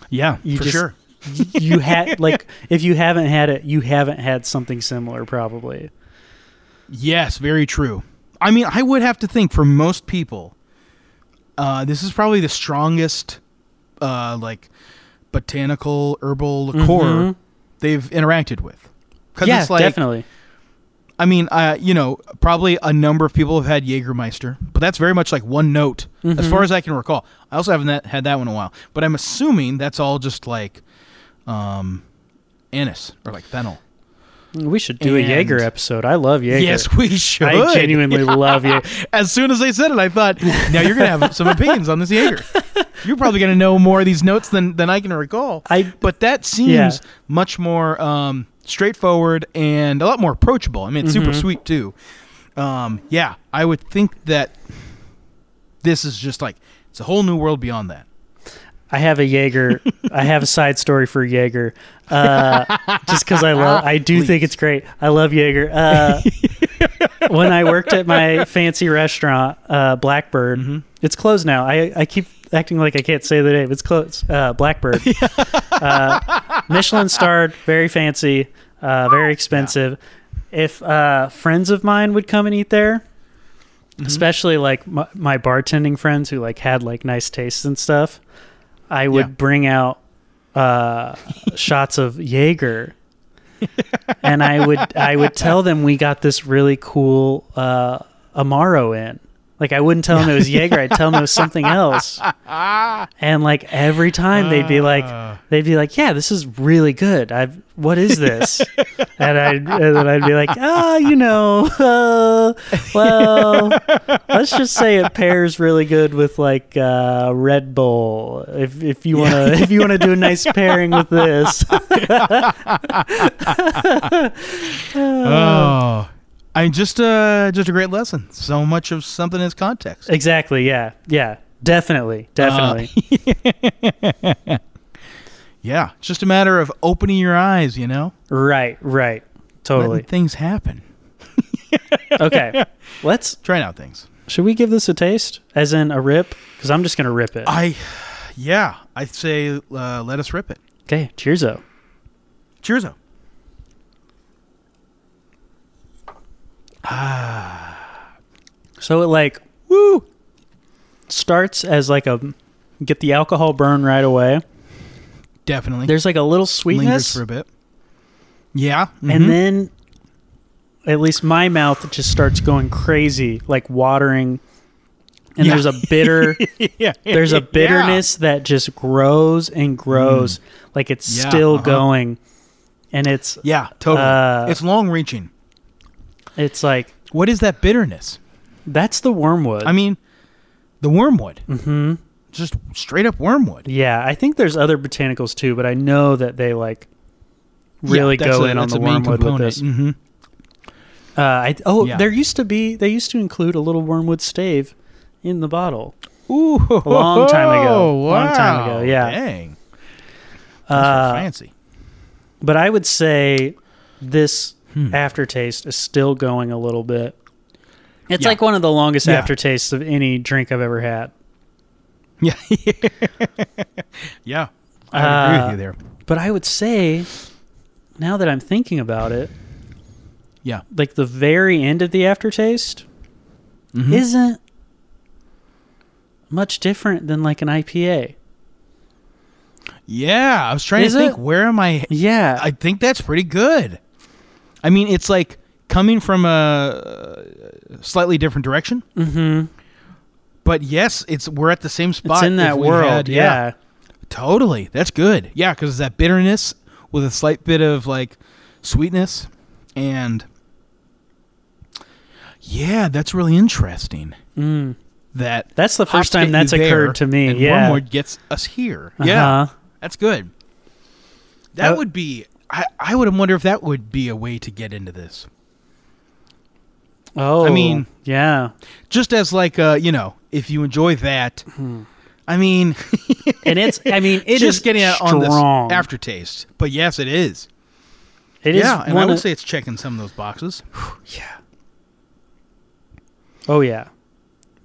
[SPEAKER 2] Yeah,
[SPEAKER 1] You
[SPEAKER 2] for
[SPEAKER 1] just-
[SPEAKER 2] sure.
[SPEAKER 1] Y- You had like if you haven't had it, you haven't had something similar probably.
[SPEAKER 2] Yes, very true. I mean, I would have to think for most people, uh, this is probably the strongest, uh, like, botanical herbal liqueur
[SPEAKER 1] Mhm.
[SPEAKER 2] they've interacted with. 'Cause
[SPEAKER 1] Yeah,
[SPEAKER 2] it's like,
[SPEAKER 1] definitely.
[SPEAKER 2] I mean, uh, you know, probably a number of people have had Jägermeister, but that's very much like one note, as
[SPEAKER 1] Mm-hmm.
[SPEAKER 2] far as I can recall. I also haven't that, had that one in a while, but I'm assuming that's all just like, um, anise or like fennel.
[SPEAKER 1] We should do a
[SPEAKER 2] And-
[SPEAKER 1] Jaeger episode. I love Jaeger.
[SPEAKER 2] Yes, we should.
[SPEAKER 1] I genuinely love Jaeger.
[SPEAKER 2] As soon as they said it, I thought, now you're gonna have some opinions on this Jaeger. You're probably gonna know more of these notes than than I can recall.
[SPEAKER 1] I-
[SPEAKER 2] but that seems
[SPEAKER 1] Yeah.
[SPEAKER 2] much more um, straightforward and a lot more approachable. I mean, it's
[SPEAKER 1] Mm-hmm.
[SPEAKER 2] super sweet too. Um, yeah, I would think that this is just like it's a whole new world beyond that.
[SPEAKER 1] I have a Jaeger. I have a side story for Jaeger. Uh, just because I love, I do think it's great. I love Jaeger. Uh, when I worked at my fancy restaurant, uh, Blackbird, it's closed now. I, I keep acting like I can't say the name. It's closed. Uh, Blackbird. uh, Michelin starred, very fancy, uh, very expensive. If uh, friends of mine would come and eat there, especially like my, my bartending friends who like had like nice tastes and stuff, I would
[SPEAKER 2] Yeah.
[SPEAKER 1] bring out uh, shots of Jaeger, and I would I would tell them we got this really cool uh, Amaro in. Like I wouldn't tell them it was Jaeger. I'd tell them it was something else. And like every time they'd be like they'd be like, "Yeah, this is really good. I have what is this?" and I and then I'd be like, "Ah, you know, uh, well, let's just say it pairs really good with like uh, Red Bull. If if you want to if you want to do a nice pairing with this."
[SPEAKER 2] Oh, I just uh, just a great lesson. So much of something is context.
[SPEAKER 1] Exactly. Yeah. Yeah.
[SPEAKER 2] Uh,
[SPEAKER 1] Definitely. Definitely.
[SPEAKER 2] Yeah, it's just a matter of opening your eyes. You know,
[SPEAKER 1] right. Right. Totally.
[SPEAKER 2] letting things happen.
[SPEAKER 1] okay. Let's.
[SPEAKER 2] Trying out things.
[SPEAKER 1] Should we give this a taste, as in a rip? Because I'm just gonna rip it.
[SPEAKER 2] I, yeah, I say uh, let us rip it.
[SPEAKER 1] Okay. Cheers, though.
[SPEAKER 2] Cheers! Ah,
[SPEAKER 1] So it like
[SPEAKER 2] woo!
[SPEAKER 1] starts as like a get the alcohol burn right away.
[SPEAKER 2] Definitely.
[SPEAKER 1] There's like a little
[SPEAKER 2] lingers
[SPEAKER 1] sweetness,
[SPEAKER 2] for a bit. Yeah, mhm.
[SPEAKER 1] and then at least my mouth just starts going crazy, like watering. And
[SPEAKER 2] Yeah.
[SPEAKER 1] there's a bitter,
[SPEAKER 2] yeah,
[SPEAKER 1] there's
[SPEAKER 2] yeah. Mm.
[SPEAKER 1] a bitterness that just grows and grows, like it's
[SPEAKER 2] Yeah,
[SPEAKER 1] still
[SPEAKER 2] uh-huh.
[SPEAKER 1] going, and it's
[SPEAKER 2] Yeah, totally.
[SPEAKER 1] Uh,
[SPEAKER 2] it's long-reaching.
[SPEAKER 1] it's like
[SPEAKER 2] What is that bitterness?
[SPEAKER 1] that's the wormwood.
[SPEAKER 2] I mean, the wormwood. Mm-hmm. Just straight up wormwood.
[SPEAKER 1] Mm. yeah, I think there's other botanicals too, but I know that they like really
[SPEAKER 2] Yeah, that's
[SPEAKER 1] go
[SPEAKER 2] a-
[SPEAKER 1] in on
[SPEAKER 2] that's
[SPEAKER 1] the
[SPEAKER 2] a main
[SPEAKER 1] wormwood with
[SPEAKER 2] component.
[SPEAKER 1] this.
[SPEAKER 2] Mhm.
[SPEAKER 1] Uh, I, oh,
[SPEAKER 2] Yeah.
[SPEAKER 1] there used to be. They used to include a little wormwood stave in the bottle.
[SPEAKER 2] Ooh,
[SPEAKER 1] A long time ago.
[SPEAKER 2] wow.
[SPEAKER 1] Long time ago, yeah.
[SPEAKER 2] Dang. That's
[SPEAKER 1] Uh,
[SPEAKER 2] fancy.
[SPEAKER 1] But I would say this
[SPEAKER 2] Hmm.
[SPEAKER 1] aftertaste is still going a little bit. It's
[SPEAKER 2] Yeah.
[SPEAKER 1] like one of the longest
[SPEAKER 2] Yeah.
[SPEAKER 1] aftertastes of any drink I've ever had.
[SPEAKER 2] Yeah. yeah. I would agree
[SPEAKER 1] Uh,
[SPEAKER 2] with you there.
[SPEAKER 1] But I would say, now that I'm thinking about it,
[SPEAKER 2] Yeah.
[SPEAKER 1] like the very end of the aftertaste
[SPEAKER 2] Mm-hmm. Hmm?
[SPEAKER 1] isn't much different than like an IPA.
[SPEAKER 2] Yeah, I was trying
[SPEAKER 1] Is
[SPEAKER 2] to think.
[SPEAKER 1] it?
[SPEAKER 2] Where am I?
[SPEAKER 1] Yeah.
[SPEAKER 2] I think that's pretty good. I mean, it's like coming from a slightly different direction. Mm-hmm. But yes, it's we're at the same spot.
[SPEAKER 1] it's in
[SPEAKER 2] if
[SPEAKER 1] that
[SPEAKER 2] we
[SPEAKER 1] world.
[SPEAKER 2] had-
[SPEAKER 1] yeah.
[SPEAKER 2] totally. That's good. Yeah, because that bitterness with a slight bit of like sweetness, and yeah, that's really interesting.
[SPEAKER 1] Mm.
[SPEAKER 2] That
[SPEAKER 1] That's the
[SPEAKER 2] hops
[SPEAKER 1] first
[SPEAKER 2] get
[SPEAKER 1] time
[SPEAKER 2] you
[SPEAKER 1] that's
[SPEAKER 2] there,
[SPEAKER 1] occurred to me.
[SPEAKER 2] and
[SPEAKER 1] Yeah.
[SPEAKER 2] wormwood gets us here. Yeah,
[SPEAKER 1] Uh-huh.
[SPEAKER 2] that's good. That
[SPEAKER 1] Uh,
[SPEAKER 2] would be. I, I would wonder if that would be a way to get into this.
[SPEAKER 1] Oh,
[SPEAKER 2] I mean-
[SPEAKER 1] yeah.
[SPEAKER 2] Just as like uh, you know, if you enjoy that, I mean,
[SPEAKER 1] And it's, I mean, it is
[SPEAKER 2] just getting out on this
[SPEAKER 1] strong.
[SPEAKER 2] aftertaste. But yes, it is.
[SPEAKER 1] It is
[SPEAKER 2] yeah, and I
[SPEAKER 1] one
[SPEAKER 2] would
[SPEAKER 1] of-
[SPEAKER 2] say it's checking some of those boxes.
[SPEAKER 1] Oh yeah,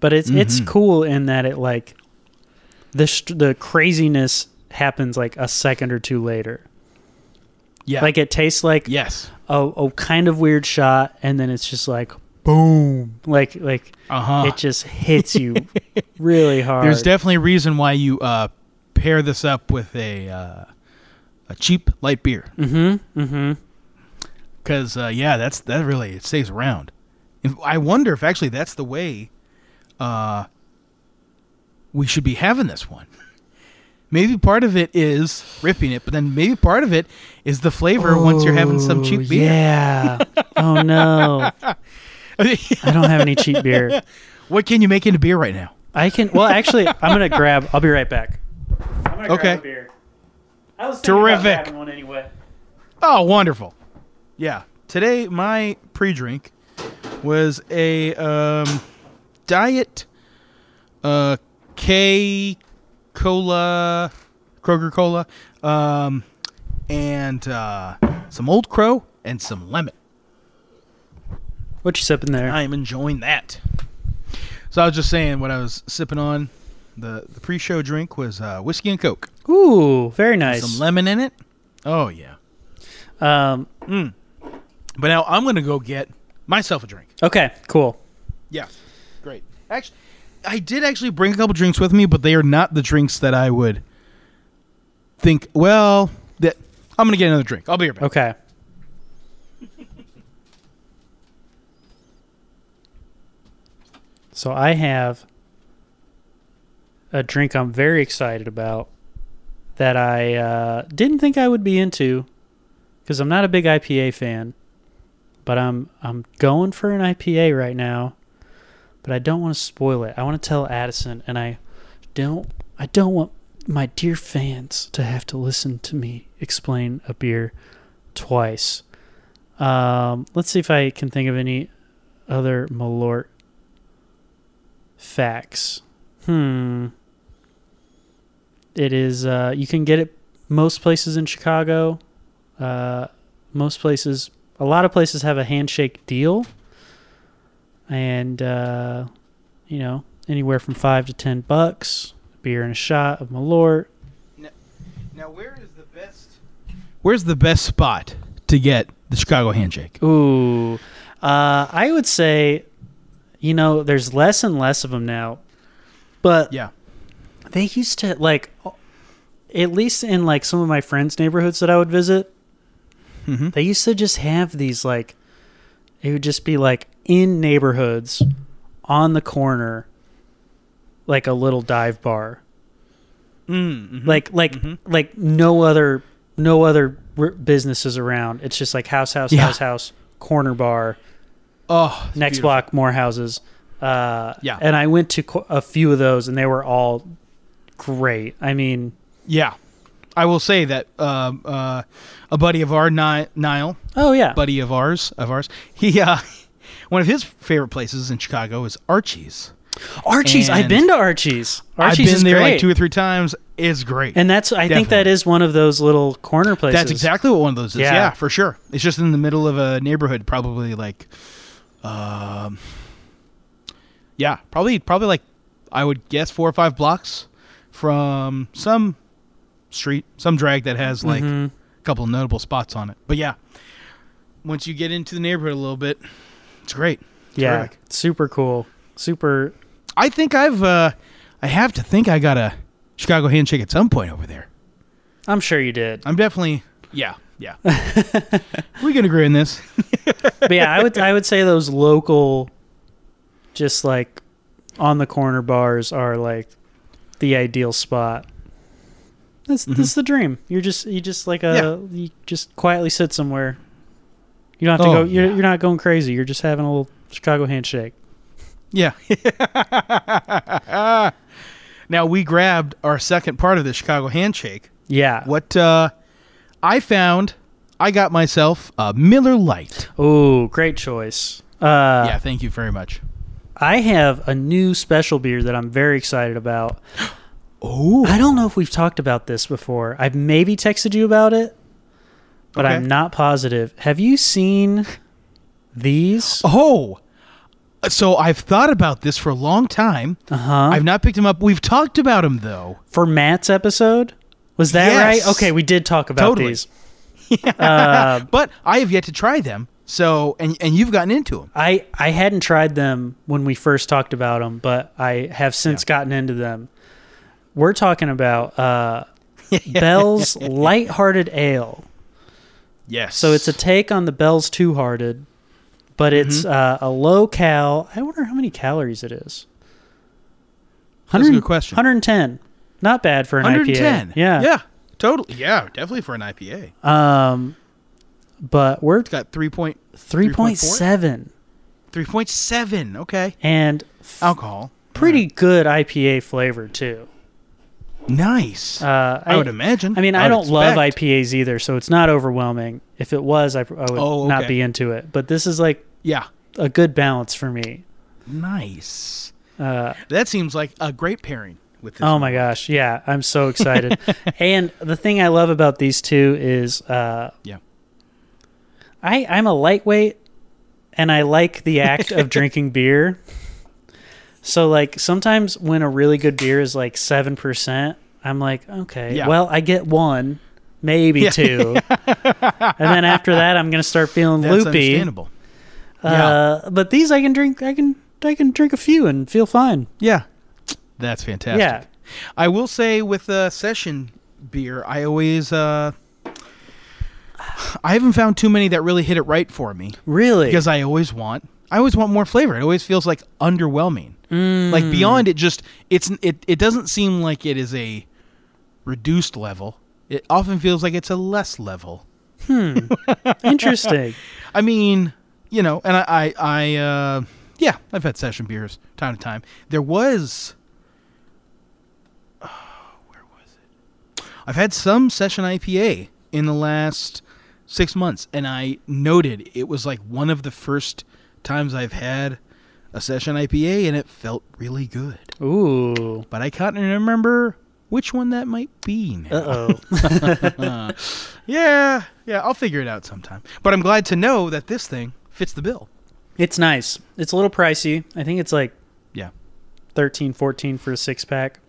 [SPEAKER 1] but it's it's
[SPEAKER 2] Mm-hmm.
[SPEAKER 1] cool in that it like the sh- the craziness happens like a second or two later.
[SPEAKER 2] Yeah,
[SPEAKER 1] Like it tastes like
[SPEAKER 2] yes,
[SPEAKER 1] a, a kind of weird shot, and then it's just like boom, like like
[SPEAKER 2] uh huh.
[SPEAKER 1] it just hits you really hard.
[SPEAKER 2] There's definitely a reason why you uh, pair this up with a uh, a cheap light beer.
[SPEAKER 1] mm-hmm, mm-hmm.
[SPEAKER 2] Because uh, yeah, that's that really it stays around. If- I wonder if actually that's the way uh, we should be having this one. Maybe part of it is ripping it, but then maybe part of it is the flavor once you're having some
[SPEAKER 1] Oh,
[SPEAKER 2] cheap beer.
[SPEAKER 1] Yeah. oh no, I don't have any cheap beer.
[SPEAKER 2] what can you make into beer right now?
[SPEAKER 1] I can. Well, actually, I'm gonna grab. I'll be right back. I'm gonna
[SPEAKER 2] Okay.
[SPEAKER 1] Grab a beer. I was thinking about
[SPEAKER 2] Terrific.
[SPEAKER 1] grabbing one anyway.
[SPEAKER 2] Oh, wonderful! Yeah, today my pre-drink was a um, diet uh, K cola, Kroger cola, um, and uh, some Old Crow and some lemon.
[SPEAKER 1] What you sipping there?
[SPEAKER 2] I am enjoying that. So I was just saying what I was sipping on. The the pre-show drink was uh, whiskey and coke,
[SPEAKER 1] Ooh, very nice.
[SPEAKER 2] some lemon in it. Oh yeah.
[SPEAKER 1] um,
[SPEAKER 2] But now I'm gonna go get myself a drink.
[SPEAKER 1] okay, cool.
[SPEAKER 2] Yeah, great. Actually, I did actually bring a couple drinks with me, but they are not the drinks that I would think. Well, that I'm gonna get another drink. I'll be right back.
[SPEAKER 1] Okay. so I have a drink I'm very excited about that I uh, didn't think I would be into because I'm not a big IPA fan, but I'm I'm going for an IPA right now, but I don't want to spoil it. I want to tell Addison, and I don't I don't want my dear fans to have to listen to me explain a beer twice. Um, let's see if I can think of any other Malort facts. Hmm. It is. Uh, you can get it most places in Chicago. Uh, most places, a lot of places have a handshake deal, and uh, you know anywhere from five to ten bucks. Beer and a shot of Malort.
[SPEAKER 2] Now, where is the best? Where's the best spot to get the Chicago handshake?
[SPEAKER 1] Ooh, uh, I would say, you know, there's less and less of them now, but
[SPEAKER 2] Yeah.
[SPEAKER 1] they used to like, at least in like some of my friends' neighborhoods that I would visit,
[SPEAKER 2] Mhm.
[SPEAKER 1] they used to just have these like, it would just be like in neighborhoods, on the corner, like a little dive bar,
[SPEAKER 2] Mm-hmm.
[SPEAKER 1] like like like no other no other r- businesses around. It's just like house house
[SPEAKER 2] Yeah.
[SPEAKER 1] house house corner bar
[SPEAKER 2] Oh, it's
[SPEAKER 1] next
[SPEAKER 2] beautiful.
[SPEAKER 1] block more houses uh
[SPEAKER 2] Yeah.
[SPEAKER 1] and i went to qu- a few of those and they were all great i mean
[SPEAKER 2] Yeah, I will say that um, uh, a buddy of our, Ni- Nile,
[SPEAKER 1] oh yeah
[SPEAKER 2] buddy of ours, of ours, he uh, one of his favorite places in Chicago is Archie's.
[SPEAKER 1] archie's i've
[SPEAKER 2] and-
[SPEAKER 1] been to archie's archie's
[SPEAKER 2] I've been
[SPEAKER 1] is
[SPEAKER 2] there
[SPEAKER 1] great.
[SPEAKER 2] like two or three times. It's great.
[SPEAKER 1] and that's i think that
[SPEAKER 2] Definitely.
[SPEAKER 1] is one of those little corner places
[SPEAKER 2] that's exactly what one of those is.
[SPEAKER 1] Yeah.
[SPEAKER 2] Yeah. for sure. It's just in the middle of a neighborhood, probably like, um, yeah, probably probably like I would guess four or five blocks from some street, some drag that has like
[SPEAKER 1] Mhm.
[SPEAKER 2] a couple notable spots on it. But yeah, once you get into the neighborhood a little bit, it's great.
[SPEAKER 1] yeah
[SPEAKER 2] terrific.
[SPEAKER 1] super cool super
[SPEAKER 2] I think I've uh, I have to think I got a Chicago handshake at some point over there.
[SPEAKER 1] i'm sure you did
[SPEAKER 2] I'm definitely yeah yeah. we can agree on this.
[SPEAKER 1] but yeah i would i would say those local just like on the corner bars are like the ideal spot that's
[SPEAKER 2] Mm-hmm.
[SPEAKER 1] that's the dream you're just you just like a you just quietly sit somewhere you don't have to go
[SPEAKER 2] Oh,
[SPEAKER 1] you're,
[SPEAKER 2] yeah.
[SPEAKER 1] you're not going crazy you're just having a little chicago handshake
[SPEAKER 2] Yeah. now we grabbed our second part of the Chicago handshake.
[SPEAKER 1] yeah
[SPEAKER 2] What uh, I found, I got myself a Miller Lite.
[SPEAKER 1] oh great choice Uh,
[SPEAKER 2] yeah, thank you very much.
[SPEAKER 1] I have a new special beer that I'm very excited about.
[SPEAKER 2] Oh,
[SPEAKER 1] I don't know if we've talked about this before. I've maybe texted you about it, but
[SPEAKER 2] Okay.
[SPEAKER 1] I'm not positive. Have you seen these?
[SPEAKER 2] oh. So I've thought about this for a long time.
[SPEAKER 1] Uh-huh.
[SPEAKER 2] I've not picked him up. We've talked about him though.
[SPEAKER 1] For Matt's episode? Was that
[SPEAKER 2] Yes.
[SPEAKER 1] right? Okay, we did talk about
[SPEAKER 2] Totally.
[SPEAKER 1] these. Uh,
[SPEAKER 2] but I have yet to try them. So and and you've gotten into them.
[SPEAKER 1] I, I hadn't tried them when we first talked about them, but I have since gotten into them. We're talking about uh, Bell's Lighthearted Ale.
[SPEAKER 2] Yes.
[SPEAKER 1] So it's a take on the Bell's Two Hearted, but
[SPEAKER 2] Mm-hmm.
[SPEAKER 1] it's uh, a low cal. I wonder how many calories it is.
[SPEAKER 2] That's a
[SPEAKER 1] 100
[SPEAKER 2] good question.
[SPEAKER 1] 110. Not bad for an
[SPEAKER 2] 110.
[SPEAKER 1] IPA. Yeah.
[SPEAKER 2] Yeah. Totally. Yeah, definitely for an IPA.
[SPEAKER 1] Um, but we're
[SPEAKER 2] It's got 3 point
[SPEAKER 1] 3.7
[SPEAKER 2] 3.7. Okay.
[SPEAKER 1] and f-
[SPEAKER 2] Alcohol.
[SPEAKER 1] pretty good IPA flavor too.
[SPEAKER 2] Nice.
[SPEAKER 1] Uh,
[SPEAKER 2] I would imagine.
[SPEAKER 1] I mean, I,
[SPEAKER 2] I would
[SPEAKER 1] don't love
[SPEAKER 2] expect.
[SPEAKER 1] IPAs either, so it's not overwhelming. If it was, I, pr- I would
[SPEAKER 2] Oh,
[SPEAKER 1] not
[SPEAKER 2] okay.
[SPEAKER 1] be into it. But this is like
[SPEAKER 2] yeah.
[SPEAKER 1] a good balance for me.
[SPEAKER 2] Nice.
[SPEAKER 1] Uh,
[SPEAKER 2] That seems like a great pairing with this.
[SPEAKER 1] Oh my gosh, yeah, I'm so excited. and the thing I love about these two is uh
[SPEAKER 2] Yeah.
[SPEAKER 1] I I'm a lightweight and I like the act of drinking beer. So like sometimes when a really good beer is like 7%, I'm like, okay,
[SPEAKER 2] Yeah.
[SPEAKER 1] well, I get one, maybe two. and then after that I'm going to start feeling
[SPEAKER 2] That's
[SPEAKER 1] loopy.
[SPEAKER 2] understandable.
[SPEAKER 1] Uh but these I can drink I can I can drink a few and feel fine.
[SPEAKER 2] Yeah. That's fantastic.
[SPEAKER 1] Yeah.
[SPEAKER 2] I will say with uh, session beer, I always uh, I haven't found too many that really hit it right for me
[SPEAKER 1] Really?
[SPEAKER 2] because I always want I always want more flavor. It always feels like underwhelming. Like beyond it just it's it it doesn't seem like it is a reduced level. It often feels like it's a less level.
[SPEAKER 1] Interesting.
[SPEAKER 2] I mean, you know, and I, I, I uh, yeah, I've had session beers time to time. There was, oh, where was it? I've had some session IPA in the last six months, and I noted it was like one of the first times I've had a session IPA, and it felt really good.
[SPEAKER 1] Ooh.
[SPEAKER 2] But I can't remember which one that might be now.
[SPEAKER 1] Uh oh.
[SPEAKER 2] Yeah, yeah, I'll figure it out sometime. But I'm glad to know that this thing fits the bill.
[SPEAKER 1] it's nice. It's a little pricey. I think it's like
[SPEAKER 2] Yeah.
[SPEAKER 1] 13, 14 for a six pack.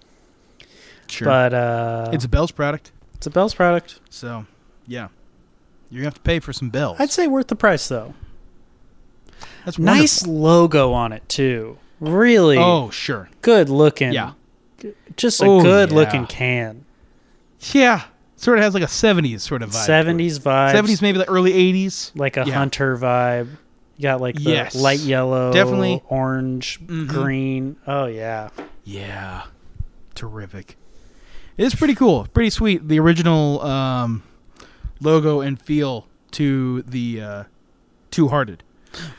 [SPEAKER 2] Sure.
[SPEAKER 1] But uh,
[SPEAKER 2] it's a Bell's product,
[SPEAKER 1] it's a Bell's product.
[SPEAKER 2] so yeah, you're gonna have to pay for some Bells.
[SPEAKER 1] I'd say worth the price though.
[SPEAKER 2] That's
[SPEAKER 1] Nice logo on it too. Really
[SPEAKER 2] wonderful. Oh sure.
[SPEAKER 1] good looking.
[SPEAKER 2] Yeah.
[SPEAKER 1] Just a
[SPEAKER 2] Oh,
[SPEAKER 1] good
[SPEAKER 2] yeah.
[SPEAKER 1] looking can.
[SPEAKER 2] Yeah. Sort of has like a '70s sort of vibe. to it.
[SPEAKER 1] Seventies vibes.
[SPEAKER 2] '70s, maybe like early '80s.
[SPEAKER 1] Like a
[SPEAKER 2] Yeah.
[SPEAKER 1] hunter vibe. You got like the
[SPEAKER 2] Yes.
[SPEAKER 1] light yellow,
[SPEAKER 2] Definitely.
[SPEAKER 1] orange,
[SPEAKER 2] Mhm.
[SPEAKER 1] green. Oh yeah.
[SPEAKER 2] Yeah. Terrific. It's pretty cool. Pretty sweet. The original um, logo and feel to the uh, Two Hearted,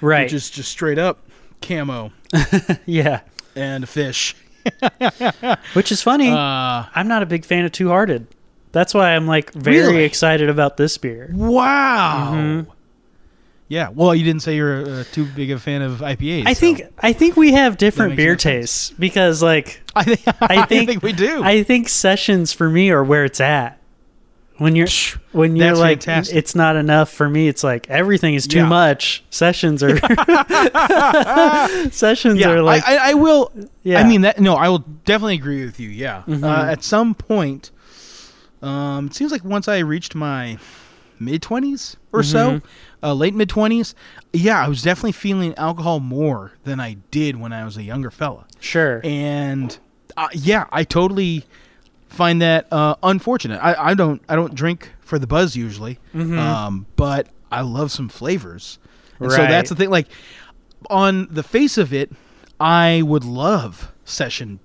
[SPEAKER 1] Right.
[SPEAKER 2] which is just straight up camo
[SPEAKER 1] yeah.
[SPEAKER 2] and a fish.
[SPEAKER 1] Which is funny.
[SPEAKER 2] Uh,
[SPEAKER 1] I'm not a big fan of Two Hearted. That's why I'm like very
[SPEAKER 2] Really?
[SPEAKER 1] excited about this beer.
[SPEAKER 2] Wow. Yeah. Well, you didn't say you're uh, too big a fan of IPAs.
[SPEAKER 1] I
[SPEAKER 2] so-
[SPEAKER 1] think I think we have different
[SPEAKER 2] makes no
[SPEAKER 1] beer
[SPEAKER 2] sense.
[SPEAKER 1] tastes because like
[SPEAKER 2] I think. I
[SPEAKER 1] think-
[SPEAKER 2] think, we do.
[SPEAKER 1] I think sessions for me are where it's at. When you're
[SPEAKER 2] Psh,
[SPEAKER 1] when you're
[SPEAKER 2] that's
[SPEAKER 1] like
[SPEAKER 2] fantastic.
[SPEAKER 1] it's not enough for me, it's like everything is too
[SPEAKER 2] Yeah.
[SPEAKER 1] much. Sessions are sessions
[SPEAKER 2] Ah. yeah.
[SPEAKER 1] are like
[SPEAKER 2] I, I, I will.
[SPEAKER 1] Yeah.
[SPEAKER 2] I mean that. No, I will definitely agree with you. Yeah. Uh, at some point, um, it seems like once I reached my mid twenties or so, uh, late mid twenties, yeah, I was definitely feeling alcohol more than I did when I was a younger fella.
[SPEAKER 1] sure.
[SPEAKER 2] and uh, yeah, I totally find that uh, unfortunate. I, I don't I don't drink for the buzz usually,
[SPEAKER 1] Mm-hmm.
[SPEAKER 2] um, but I love some flavors, and so
[SPEAKER 1] Right.
[SPEAKER 2] that's the thing. Like on the face of it, I would love session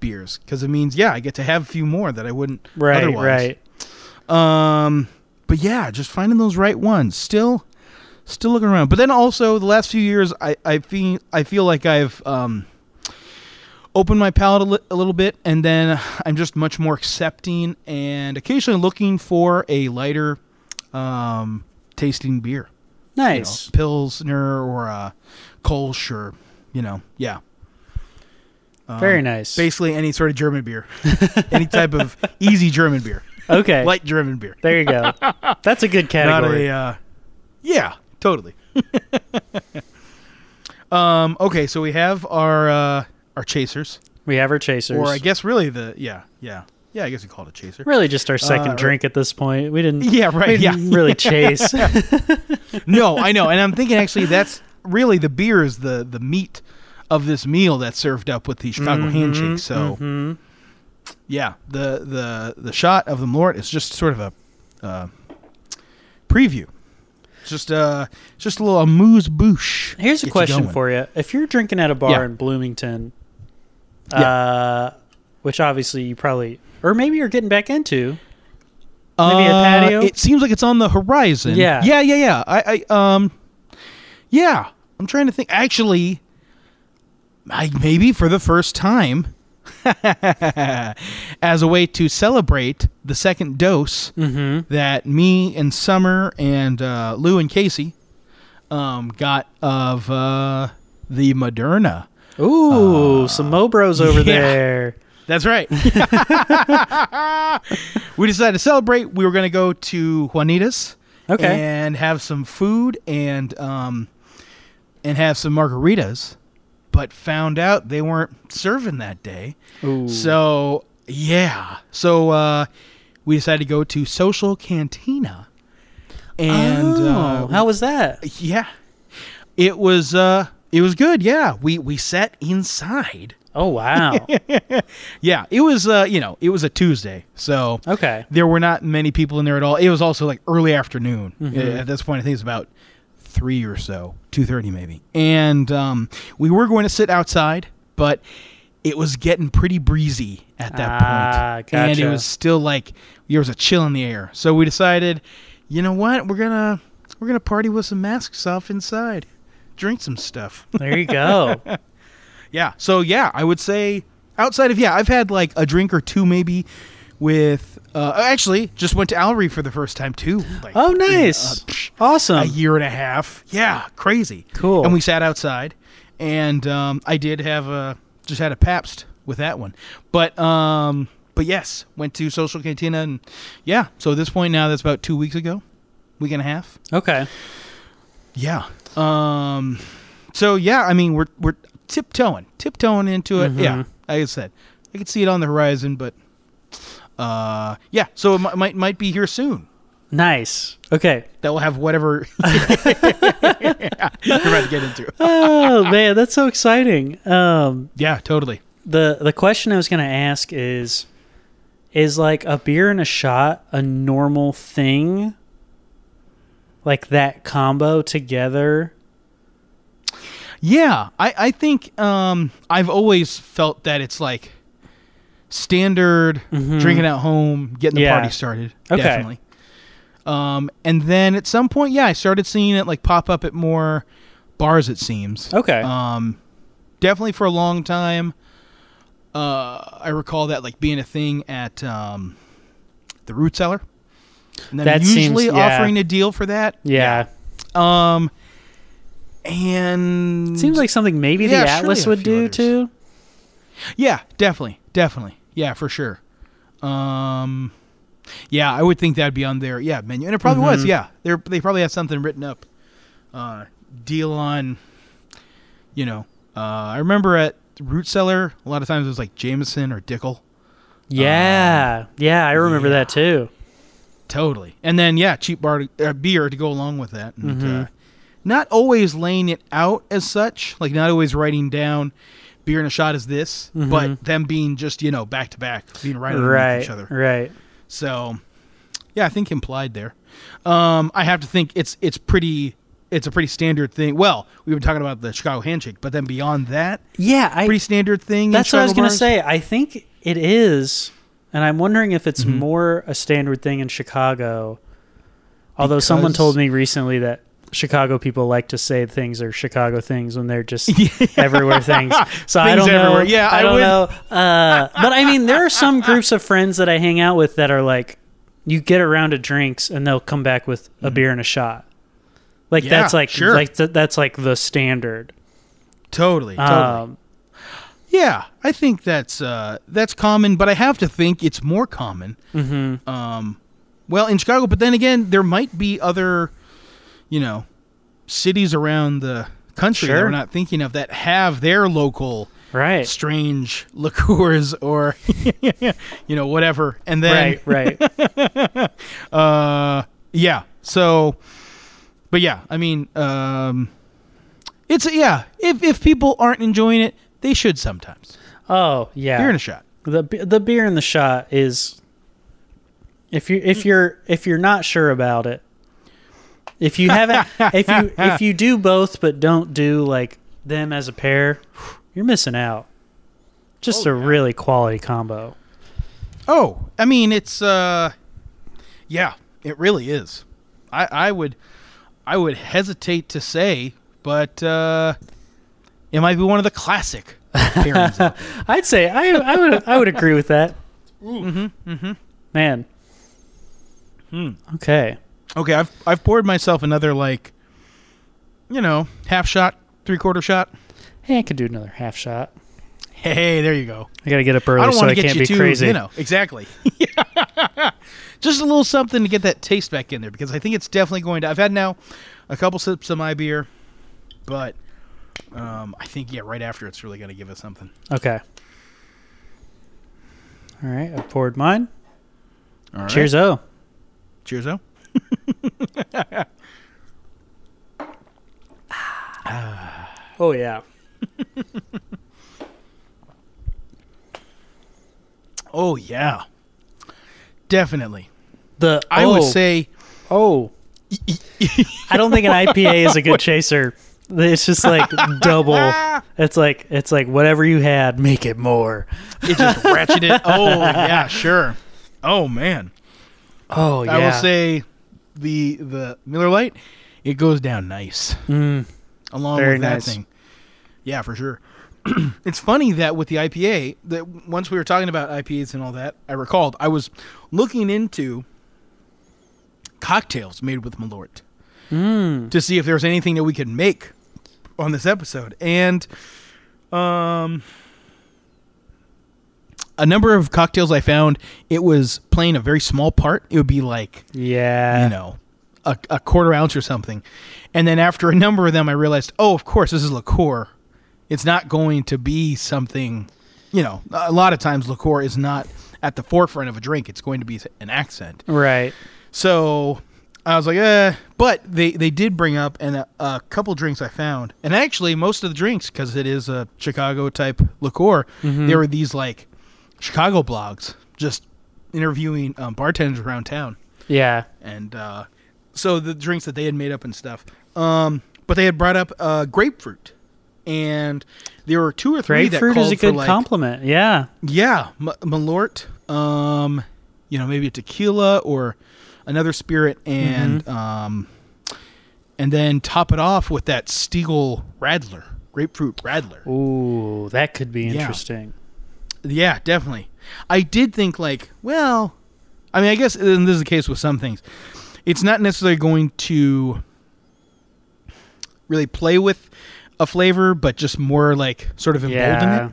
[SPEAKER 2] beers because it means yeah, I get to have a few more that I wouldn't
[SPEAKER 1] Right,
[SPEAKER 2] otherwise.
[SPEAKER 1] right.
[SPEAKER 2] Um, but yeah, just finding those right ones. Still, still looking around. But then also the last few years, I I feel I feel like I've um opened my palate a, li- a little bit, and then I'm just much more accepting and occasionally looking for a lighter, um, tasting beer. you know,
[SPEAKER 1] Nice.
[SPEAKER 2] pilsner or a kolsch or you know yeah um,
[SPEAKER 1] Very nice.
[SPEAKER 2] basically any sort of german beer any type of easy german beer
[SPEAKER 1] okay.
[SPEAKER 2] light german beer
[SPEAKER 1] there you go. That's a good
[SPEAKER 2] not
[SPEAKER 1] category.
[SPEAKER 2] a uh, yeah totally um okay so we have our uh our chasers
[SPEAKER 1] we have our chasers.
[SPEAKER 2] or i guess really the yeah yeah yeah i guess we call it a chaser
[SPEAKER 1] really just our second
[SPEAKER 2] right.
[SPEAKER 1] drink at this point. We didn't
[SPEAKER 2] Uh, Yeah, right,
[SPEAKER 1] we didn't
[SPEAKER 2] yeah.
[SPEAKER 1] really chase.
[SPEAKER 2] no i know and i'm thinking actually that's really the beer is the the meat of this meal that's served up with the chicago
[SPEAKER 1] Mm-hmm.
[SPEAKER 2] handshake so yeah the the the shot of the mort is just sort of a uh, preview It's just uh it's just a little amuse bouche
[SPEAKER 1] Here's a
[SPEAKER 2] Get you
[SPEAKER 1] question
[SPEAKER 2] going.
[SPEAKER 1] for you. If you're drinking at a bar
[SPEAKER 2] Yeah.
[SPEAKER 1] in Bloomington,
[SPEAKER 2] Yeah.
[SPEAKER 1] uh, which obviously you probably, or maybe you're getting back into, Maybe a
[SPEAKER 2] Uh,
[SPEAKER 1] patio?
[SPEAKER 2] It seems like it's on the horizon.
[SPEAKER 1] Yeah.
[SPEAKER 2] yeah, yeah, yeah. I, I, um, yeah. I'm trying to think. Actually, I maybe for the first time, as a way to celebrate the second dose
[SPEAKER 1] Mm-hmm.
[SPEAKER 2] that me and Summer and uh, Lou and Casey um, got of uh, the Moderna.
[SPEAKER 1] ooh, some Mobros over
[SPEAKER 2] Uh, yeah.
[SPEAKER 1] there.
[SPEAKER 2] That's right. we decided to celebrate. We were going to go to Juanita's.
[SPEAKER 1] Okay.
[SPEAKER 2] And have some food and um, and have some margaritas, but found out they weren't serving that day.
[SPEAKER 1] Ooh.
[SPEAKER 2] So yeah, so uh, we decided to go to Social Cantina, and uh,
[SPEAKER 1] oh, how was that?
[SPEAKER 2] yeah, it was uh, it was good. Yeah, we we sat inside.
[SPEAKER 1] Oh wow.
[SPEAKER 2] Yeah, it was uh, you know, it was a Tuesday, so
[SPEAKER 1] okay.
[SPEAKER 2] there were not many people in there at all. It was also like early afternoon.
[SPEAKER 1] Mm-hmm.
[SPEAKER 2] Uh, At this point, I think it's about three or so, two thirty maybe. And um, we were going to sit outside, but it was getting pretty breezy at that
[SPEAKER 1] Ah,
[SPEAKER 2] point, and it
[SPEAKER 1] gotcha.
[SPEAKER 2] was still like there was a chill in the air. So we decided, you know what, we're gonna we're gonna party with some masks off inside, drink some stuff.
[SPEAKER 1] There you go.
[SPEAKER 2] Yeah. So yeah, I would say outside of yeah, I've had like a drink or two maybe with uh actually just went to Alry for the first time too. Like
[SPEAKER 1] Oh
[SPEAKER 2] in, uh,
[SPEAKER 1] nice.
[SPEAKER 2] psh,
[SPEAKER 1] awesome.
[SPEAKER 2] a year and a half. Yeah, crazy.
[SPEAKER 1] Cool.
[SPEAKER 2] And we sat outside and um I did have a just had a Pabst with that one. But um but yes, went to Social Cantina and yeah, so at this point now that's about 2 weeks ago, week and a half.
[SPEAKER 1] okay.
[SPEAKER 2] Yeah. Um. So yeah, I mean we're we're tiptoeing, tiptoeing into it. Yeah, like I said, I could see it on the horizon, but uh, yeah. So it mi- might might be here soon.
[SPEAKER 1] Nice. Okay.
[SPEAKER 2] That will have whatever you're about to get into.
[SPEAKER 1] Oh man, that's so exciting. Um,
[SPEAKER 2] Yeah, totally.
[SPEAKER 1] the the question I was going to ask is is like a beer and a shot a normal thing like that combo together
[SPEAKER 2] Yeah, I I think um I've always felt that it's like standard drinking at home, getting the
[SPEAKER 1] Mm-hmm. Yeah.
[SPEAKER 2] party started.
[SPEAKER 1] Okay.
[SPEAKER 2] Definitely. Um, and then at some point, yeah, I started seeing it like pop up at more bars. It seems.
[SPEAKER 1] Okay.
[SPEAKER 2] Um, definitely for a long time. Uh, I recall that like being a thing at um, the Root Cellar. And then
[SPEAKER 1] That seems-
[SPEAKER 2] usually
[SPEAKER 1] yeah.
[SPEAKER 2] offering a deal for that.
[SPEAKER 1] yeah,
[SPEAKER 2] Um, and
[SPEAKER 1] seems like something maybe
[SPEAKER 2] Yeah,
[SPEAKER 1] the
[SPEAKER 2] surely
[SPEAKER 1] atlas
[SPEAKER 2] a
[SPEAKER 1] would
[SPEAKER 2] few
[SPEAKER 1] do
[SPEAKER 2] others.
[SPEAKER 1] too
[SPEAKER 2] Yeah, definitely, definitely. Yeah, for sure. Um, yeah, I would think that'd be on their yeah menu, and it probably was. Yeah, they they probably had something written up. Uh, deal on, you know. Uh, I remember at Root Cellar, a lot of times it was like Jameson or Dickel.
[SPEAKER 1] yeah
[SPEAKER 2] Um,
[SPEAKER 1] yeah i remember that too
[SPEAKER 2] Totally, and then yeah, cheap bar uh, beer to go along with that. And, uh, not always laying it out as such, like not always writing down beer and a shot is this, but them being just you know back to back, being right underneath
[SPEAKER 1] right
[SPEAKER 2] each other.
[SPEAKER 1] right
[SPEAKER 2] So, yeah, I think implied there. Um, I have to think it's it's pretty it's a pretty standard thing. Well, we've been talking about the Chicago handshake, but then beyond that,
[SPEAKER 1] yeah i
[SPEAKER 2] pretty standard thing. in
[SPEAKER 1] that's what i was going
[SPEAKER 2] Chicago
[SPEAKER 1] to
[SPEAKER 2] bars.
[SPEAKER 1] say i think it is and i'm wondering if it's
[SPEAKER 2] Mm-hmm.
[SPEAKER 1] more a standard thing in chicago although someone
[SPEAKER 2] Because-
[SPEAKER 1] told me recently that chicago people like to say things are chicago things when they're just everywhere things so i
[SPEAKER 2] Things
[SPEAKER 1] don't know
[SPEAKER 2] everywhere. Yeah,
[SPEAKER 1] i,
[SPEAKER 2] I
[SPEAKER 1] don't
[SPEAKER 2] would-
[SPEAKER 1] know uh, but i mean there are some groups of friends that i hang out with that are like you get a round of drinks and they'll come back with a beer and a shot Like
[SPEAKER 2] Mm-hmm. Yeah,
[SPEAKER 1] that's like
[SPEAKER 2] sure.
[SPEAKER 1] like th- that's like the standard.
[SPEAKER 2] Totally. Totally.
[SPEAKER 1] Um,
[SPEAKER 2] yeah, I think that's uh, that's common, but I have to think it's more common.
[SPEAKER 1] Mm-hmm.
[SPEAKER 2] Um, well, in Chicago, but then again, there might be other, you know, cities around the country that
[SPEAKER 1] Sure.
[SPEAKER 2] we're not thinking of that have their local
[SPEAKER 1] right.
[SPEAKER 2] strange liqueurs or you know whatever, and then
[SPEAKER 1] right. Right.
[SPEAKER 2] uh, yeah. So, but yeah, I mean, um, it's yeah. If if people aren't enjoying it, they should sometimes.
[SPEAKER 1] Oh yeah.
[SPEAKER 2] You're in a shot.
[SPEAKER 1] the be- the beer in the shot is if you if you're if you're not sure about it if you haven't if you if you do both but don't do like them as a pair you're missing out just a really quality combo
[SPEAKER 2] Oh, I mean, it's uh, yeah, it really is. I I would, I would hesitate to say, but uh, it might be one of the classic. pairings out there.
[SPEAKER 1] i'd say i i would i would agree with that mm-hmm, mm-hmm. man
[SPEAKER 2] Hmm.
[SPEAKER 1] okay
[SPEAKER 2] okay, I've I've poured myself another like, you know, half shot, three quarter shot.
[SPEAKER 1] hey i could do another half shot
[SPEAKER 2] Hey, there you go.
[SPEAKER 1] i gotta get up early
[SPEAKER 2] I don't
[SPEAKER 1] so
[SPEAKER 2] want
[SPEAKER 1] i
[SPEAKER 2] to get
[SPEAKER 1] can't
[SPEAKER 2] you
[SPEAKER 1] be
[SPEAKER 2] too,
[SPEAKER 1] crazy
[SPEAKER 2] you know, exactly. Just a little something to get that taste back in there because I think it's definitely going to. I've had now a couple sips of my beer, but um, I think yeah, right after it's really going to give us something.
[SPEAKER 1] okay all right i poured mine
[SPEAKER 2] All right.
[SPEAKER 1] cheers oh
[SPEAKER 2] cheers, oh.
[SPEAKER 1] Oh yeah.
[SPEAKER 2] Oh yeah, definitely.
[SPEAKER 1] The
[SPEAKER 2] I would
[SPEAKER 1] oh,
[SPEAKER 2] say
[SPEAKER 1] oh. I don't think an IPA is a good chaser. It's just like double. It's like it's like whatever you had, make it more.
[SPEAKER 2] it just ratcheted. Oh yeah, sure. Oh man,
[SPEAKER 1] Oh yeah.
[SPEAKER 2] I will say the the Miller Lite, it goes down nice.
[SPEAKER 1] Mm,
[SPEAKER 2] along
[SPEAKER 1] Very
[SPEAKER 2] with
[SPEAKER 1] nice.
[SPEAKER 2] that thing. Yeah, for sure. it's funny that with the IPA, that once we were talking about IPAs and all that, I recalled I was looking into cocktails made with Malort
[SPEAKER 1] Mm.
[SPEAKER 2] to see if there was anything that we could make on this episode, and um. A number of cocktails I found, it was playing a very small part. It would be like
[SPEAKER 1] yeah.
[SPEAKER 2] you know, a, a quarter ounce or something. And then after a number of them, I realized, oh, of course, this is liqueur. It's not going to be something, you know, a lot of times liqueur is not at the forefront of a drink. It's going to be an accent.
[SPEAKER 1] Right.
[SPEAKER 2] So I was like, eh. But they, they did bring up and a, a couple drinks I found, and actually most of the drinks because it is a Chicago type liqueur. There were these like Chicago blogs just interviewing um, bartenders around town
[SPEAKER 1] Yeah.
[SPEAKER 2] and uh, so the drinks that they had made up and stuff. Um, but they had brought up uh, grapefruit, and there were two or three that
[SPEAKER 1] Grapefruit
[SPEAKER 2] called
[SPEAKER 1] is a
[SPEAKER 2] for
[SPEAKER 1] good
[SPEAKER 2] like
[SPEAKER 1] compliment. Yeah.
[SPEAKER 2] yeah, M- Malort, um, you know maybe a tequila or another spirit, and
[SPEAKER 1] Mm-hmm.
[SPEAKER 2] um, and then top it off with that Stiegel Radler, grapefruit Radler.
[SPEAKER 1] Ooh, that could be
[SPEAKER 2] Yeah.
[SPEAKER 1] interesting.
[SPEAKER 2] Yeah, definitely. I did think like, well, I mean, I guess and this is the case with some things. It's not necessarily going to really play with a flavor, but just more like sort of embolden
[SPEAKER 1] Yeah.
[SPEAKER 2] it.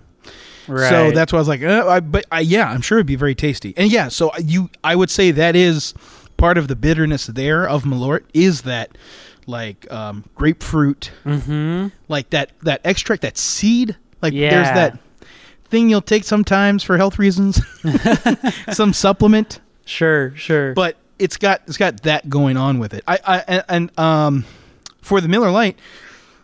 [SPEAKER 1] Right.
[SPEAKER 2] So that's why I was like, uh, I, but I, yeah, I'm sure it'd be very tasty. And yeah, so you, I would say that is part of the bitterness there of Malort is that like um, grapefruit,
[SPEAKER 1] Mm-hmm.
[SPEAKER 2] like that that extract, that seed. Like there's
[SPEAKER 1] Yeah.
[SPEAKER 2] that thing you'll take sometimes for health reasons, some supplement,
[SPEAKER 1] sure. Sure.
[SPEAKER 2] but it's got it's got that going on with it. I, I and, and um, for the Miller Light,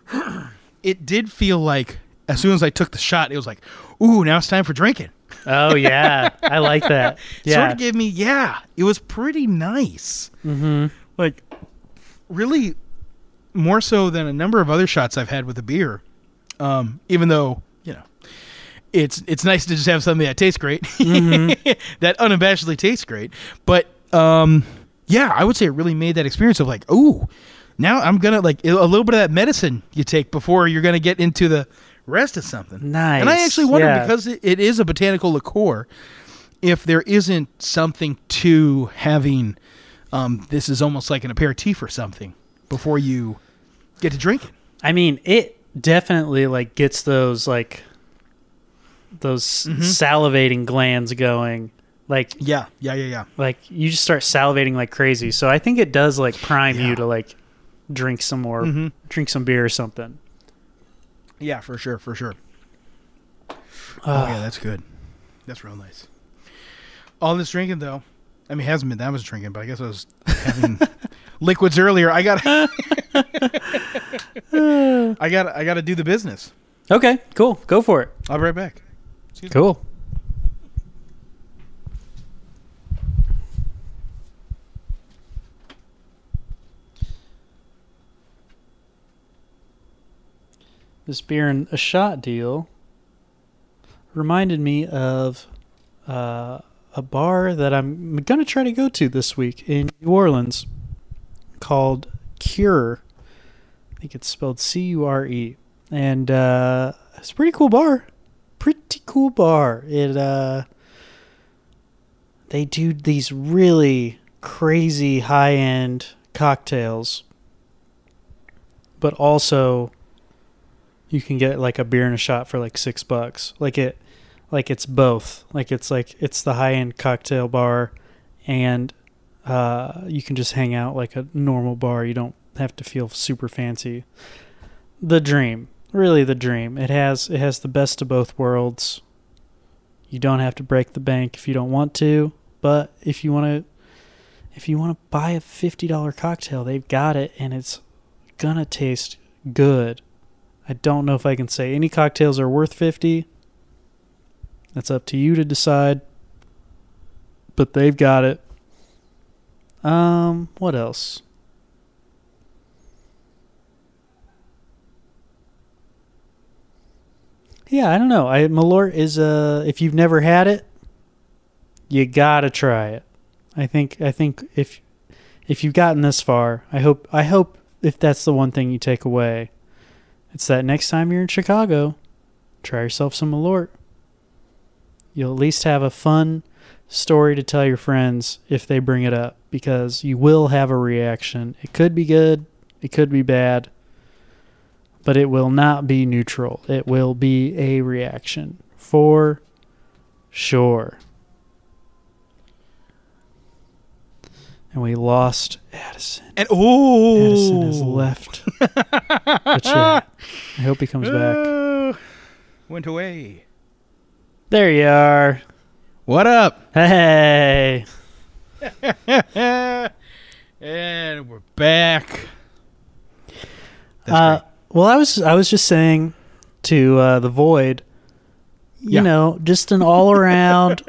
[SPEAKER 2] it did feel like as soon as I took the shot, it was like, ooh, now it's time for drinking.
[SPEAKER 1] oh yeah, I like that. Yeah.
[SPEAKER 2] sort of gave me yeah it was pretty nice mm-hmm. like really more so than a number of other shots i've had with a beer um, even though you know it's it's nice to just have something that tastes great
[SPEAKER 1] Mm-hmm.
[SPEAKER 2] that unabashedly tastes great but um, yeah i would say it really made that experience of like ooh now i'm gonna like a little bit of that medicine you take before you're gonna get into the rest of something and i
[SPEAKER 1] Nice,
[SPEAKER 2] actually wonder
[SPEAKER 1] yeah.
[SPEAKER 2] because it, it is a botanical liqueur if there isn't something to having um, this is almost like an aperitif or something before you get to drinking.
[SPEAKER 1] I mean, it definitely like gets those like those
[SPEAKER 2] Mm-hmm.
[SPEAKER 1] salivating glands going. Like
[SPEAKER 2] Yeah, yeah, yeah, yeah.
[SPEAKER 1] like you just start salivating like crazy. So I think it does like prime
[SPEAKER 2] Yeah.
[SPEAKER 1] you to like drink some more,
[SPEAKER 2] Mhm.
[SPEAKER 1] drink some beer or something.
[SPEAKER 2] Yeah, for sure, for sure.
[SPEAKER 1] Ah.
[SPEAKER 2] oh yeah, that's good. That's real nice. All this drinking though, I mean, it hasn't been that much drinking, but I guess I was having liquids earlier. I got, I got, I got to do the business.
[SPEAKER 1] Okay, cool. Go for it.
[SPEAKER 2] I'll be right back.
[SPEAKER 1] Cool. This beer and a shot deal reminded me of uh, a bar that I'm going to try to go to this week in New Orleans called Cure. I think it's spelled C U R E. And uh, it's a pretty cool bar pretty cool bar. It uh they do these really crazy high-end cocktails. But also you can get like a beer and a shot for like 6 bucks. Like it like it's both. Like it's like it's the high-end cocktail bar and uh you can just hang out like a normal bar. You don't have to feel super fancy. The dream really the dream. It has it has the best of both worlds. You don't have to break the bank if you don't want to, but if you want to if you want to buy a $50 cocktail, they've got it and it's gonna taste good. I don't know if I can say any cocktails are worth 50. That's up to you to decide. But they've got it. Um, what else? Yeah, I don't know. I Malort is uh if you've never had it, you gotta try it. I think I think if if you've gotten this far, I hope I hope if that's the one thing you take away, it's that next time you're in Chicago, try yourself some Malort. You'll at least have a fun story to tell your friends if they bring it up because you will have a reaction. It could be good, it could be bad but it will not be neutral. It will be a reaction for sure. And we lost Addison.
[SPEAKER 2] And oh,
[SPEAKER 1] Addison has left the chat. I hope he comes back.
[SPEAKER 2] Oh, went away.
[SPEAKER 1] There you are.
[SPEAKER 2] What up?
[SPEAKER 1] Hey.
[SPEAKER 2] and we're back. That's
[SPEAKER 1] Uh,
[SPEAKER 2] great.
[SPEAKER 1] well, I was I was just saying to uh, the void, you
[SPEAKER 2] Yeah.
[SPEAKER 1] know, just an all around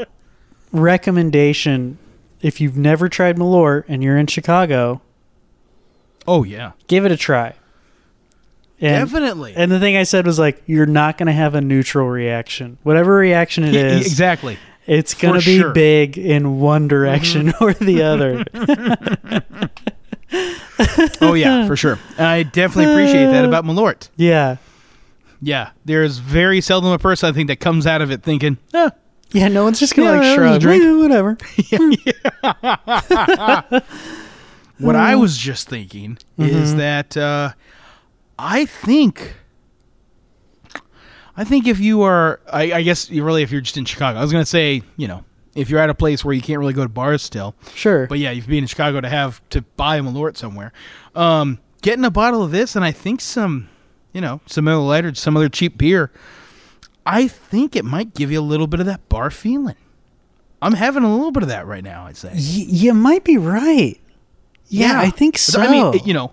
[SPEAKER 1] recommendation. If you've never tried Malort and you're in Chicago,
[SPEAKER 2] Oh yeah,
[SPEAKER 1] give it a try. And,
[SPEAKER 2] definitely.
[SPEAKER 1] And the thing I said was like, you're not going to have a neutral reaction. Whatever reaction it
[SPEAKER 2] Yeah, e-,
[SPEAKER 1] is,
[SPEAKER 2] exactly.
[SPEAKER 1] it's going to
[SPEAKER 2] for
[SPEAKER 1] be
[SPEAKER 2] sure. Mm-hmm.
[SPEAKER 1] big in one direction or the other.
[SPEAKER 2] Oh yeah, for sure. And I definitely appreciate that about Malort.
[SPEAKER 1] yeah.
[SPEAKER 2] Yeah, there is very seldom a person I think that comes out of it thinking, eh,
[SPEAKER 1] Yeah, no one's just going to
[SPEAKER 2] Yeah,
[SPEAKER 1] like
[SPEAKER 2] that was a
[SPEAKER 1] shrug.
[SPEAKER 2] drink.
[SPEAKER 1] "Eh, whatever. Mm.
[SPEAKER 2] What I was just thinking
[SPEAKER 1] Mm-hmm.
[SPEAKER 2] is that uh, I think, I think if you are, I, I guess you really, if you're just in Chicago, I was gonna say, you know, if you're at a place where you can't really go to bars still,
[SPEAKER 1] Sure.
[SPEAKER 2] but yeah, you've been in Chicago to have to buy a Malort somewhere, um, getting a bottle of this and I think some, you know, some other lighter, some other cheap beer, I think it might give you a little bit of that bar feeling. I'm having a little bit of that right now. I'd say.
[SPEAKER 1] Y- you might be right. Yeah, I think so.
[SPEAKER 2] I mean, it- you know,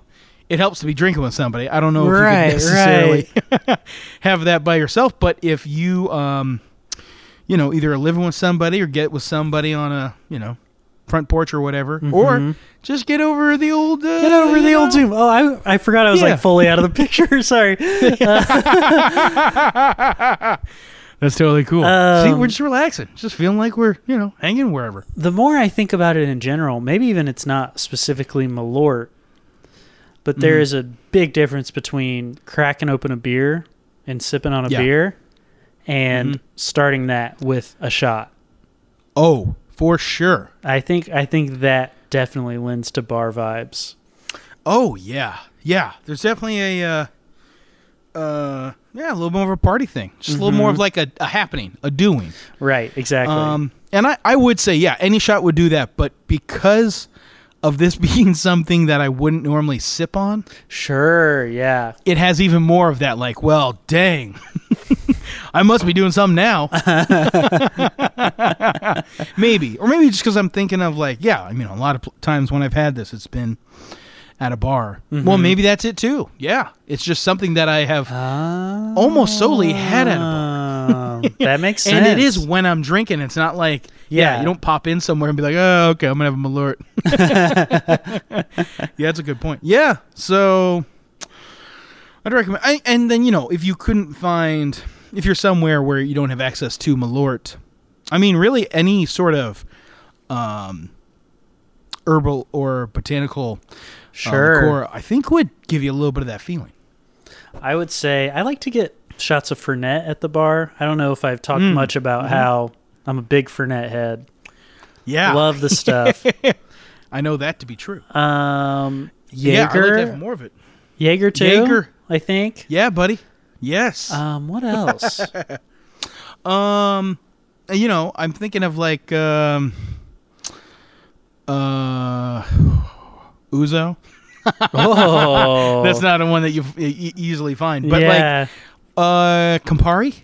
[SPEAKER 2] it helps to be drinking with somebody. I don't know if
[SPEAKER 1] Right,
[SPEAKER 2] you could necessarily have that by yourself, but if you, um, you know, either are living with somebody or get with somebody on a, you know, front porch or whatever, or just get over the old, uh,
[SPEAKER 1] Mm-hmm. Get over
[SPEAKER 2] you
[SPEAKER 1] the
[SPEAKER 2] know,
[SPEAKER 1] old Zoom. Oh, I, I forgot I was
[SPEAKER 2] Yeah.
[SPEAKER 1] like fully out of the picture. Sorry. Uh,
[SPEAKER 2] That's totally cool. See,
[SPEAKER 1] Um,
[SPEAKER 2] we're just relaxing, just feeling like we're, you know, hanging wherever.
[SPEAKER 1] the more I think about it in general, maybe even it's not specifically Malort, but
[SPEAKER 2] Mm-hmm.
[SPEAKER 1] there is a big difference between cracking open a beer and sipping on a
[SPEAKER 2] Yeah. Mm-hmm.
[SPEAKER 1] beer and starting that with a shot.
[SPEAKER 2] Oh, for sure.
[SPEAKER 1] I think I think that definitely lends to bar vibes.
[SPEAKER 2] Oh yeah, yeah. There's definitely a, uh, uh, yeah, a little more of a party thing. Just a little more of like a, a happening, a doing.
[SPEAKER 1] Right, exactly.
[SPEAKER 2] Um, and I, I would say, yeah, any shot would do that. But because of this being something that I wouldn't normally sip on,
[SPEAKER 1] sure, yeah.
[SPEAKER 2] it has even more of that. Like, well, dang, I must be doing something now. maybe, or maybe just because I'm thinking of like, yeah, I mean, a lot of pl- times when I've had this, it's been at a bar. Well, maybe that's it too. Yeah, it's just something that I have almost solely uh, had at a bar.
[SPEAKER 1] Um, that makes sense.
[SPEAKER 2] And it is when I'm drinking. It's not like yeah,
[SPEAKER 1] Yeah.
[SPEAKER 2] you don't pop in somewhere and be like, oh, okay, I'm gonna have a Malort. yeah, that's a good point. Yeah, so I'd recommend. I, and then you know, if you couldn't find, if you're somewhere where you don't have access to Malort, I mean, really any sort of um, herbal or botanical uh,
[SPEAKER 1] Sure.
[SPEAKER 2] liqueur, I think would give you a little bit of that feeling.
[SPEAKER 1] I would say I like to get shots of Fernet at the bar. I don't know if I've
[SPEAKER 2] Hmm.
[SPEAKER 1] talked much about how I'm a big Fernet head.
[SPEAKER 2] Mm-hmm. Yeah,
[SPEAKER 1] Love the stuff.
[SPEAKER 2] I know that to be true.
[SPEAKER 1] um,
[SPEAKER 2] Yeah, I'd like to
[SPEAKER 1] Jaeger.
[SPEAKER 2] have more of it.
[SPEAKER 1] Jaeger too.
[SPEAKER 2] Jaeger.
[SPEAKER 1] I think.
[SPEAKER 2] Yeah, buddy. Yes.
[SPEAKER 1] Um, what else?
[SPEAKER 2] Um, you know, I'm thinking of like um, uh, Uzo.
[SPEAKER 1] oh,
[SPEAKER 2] That's not a one that you f- e- easily find, but
[SPEAKER 1] yeah.
[SPEAKER 2] like uh, Campari.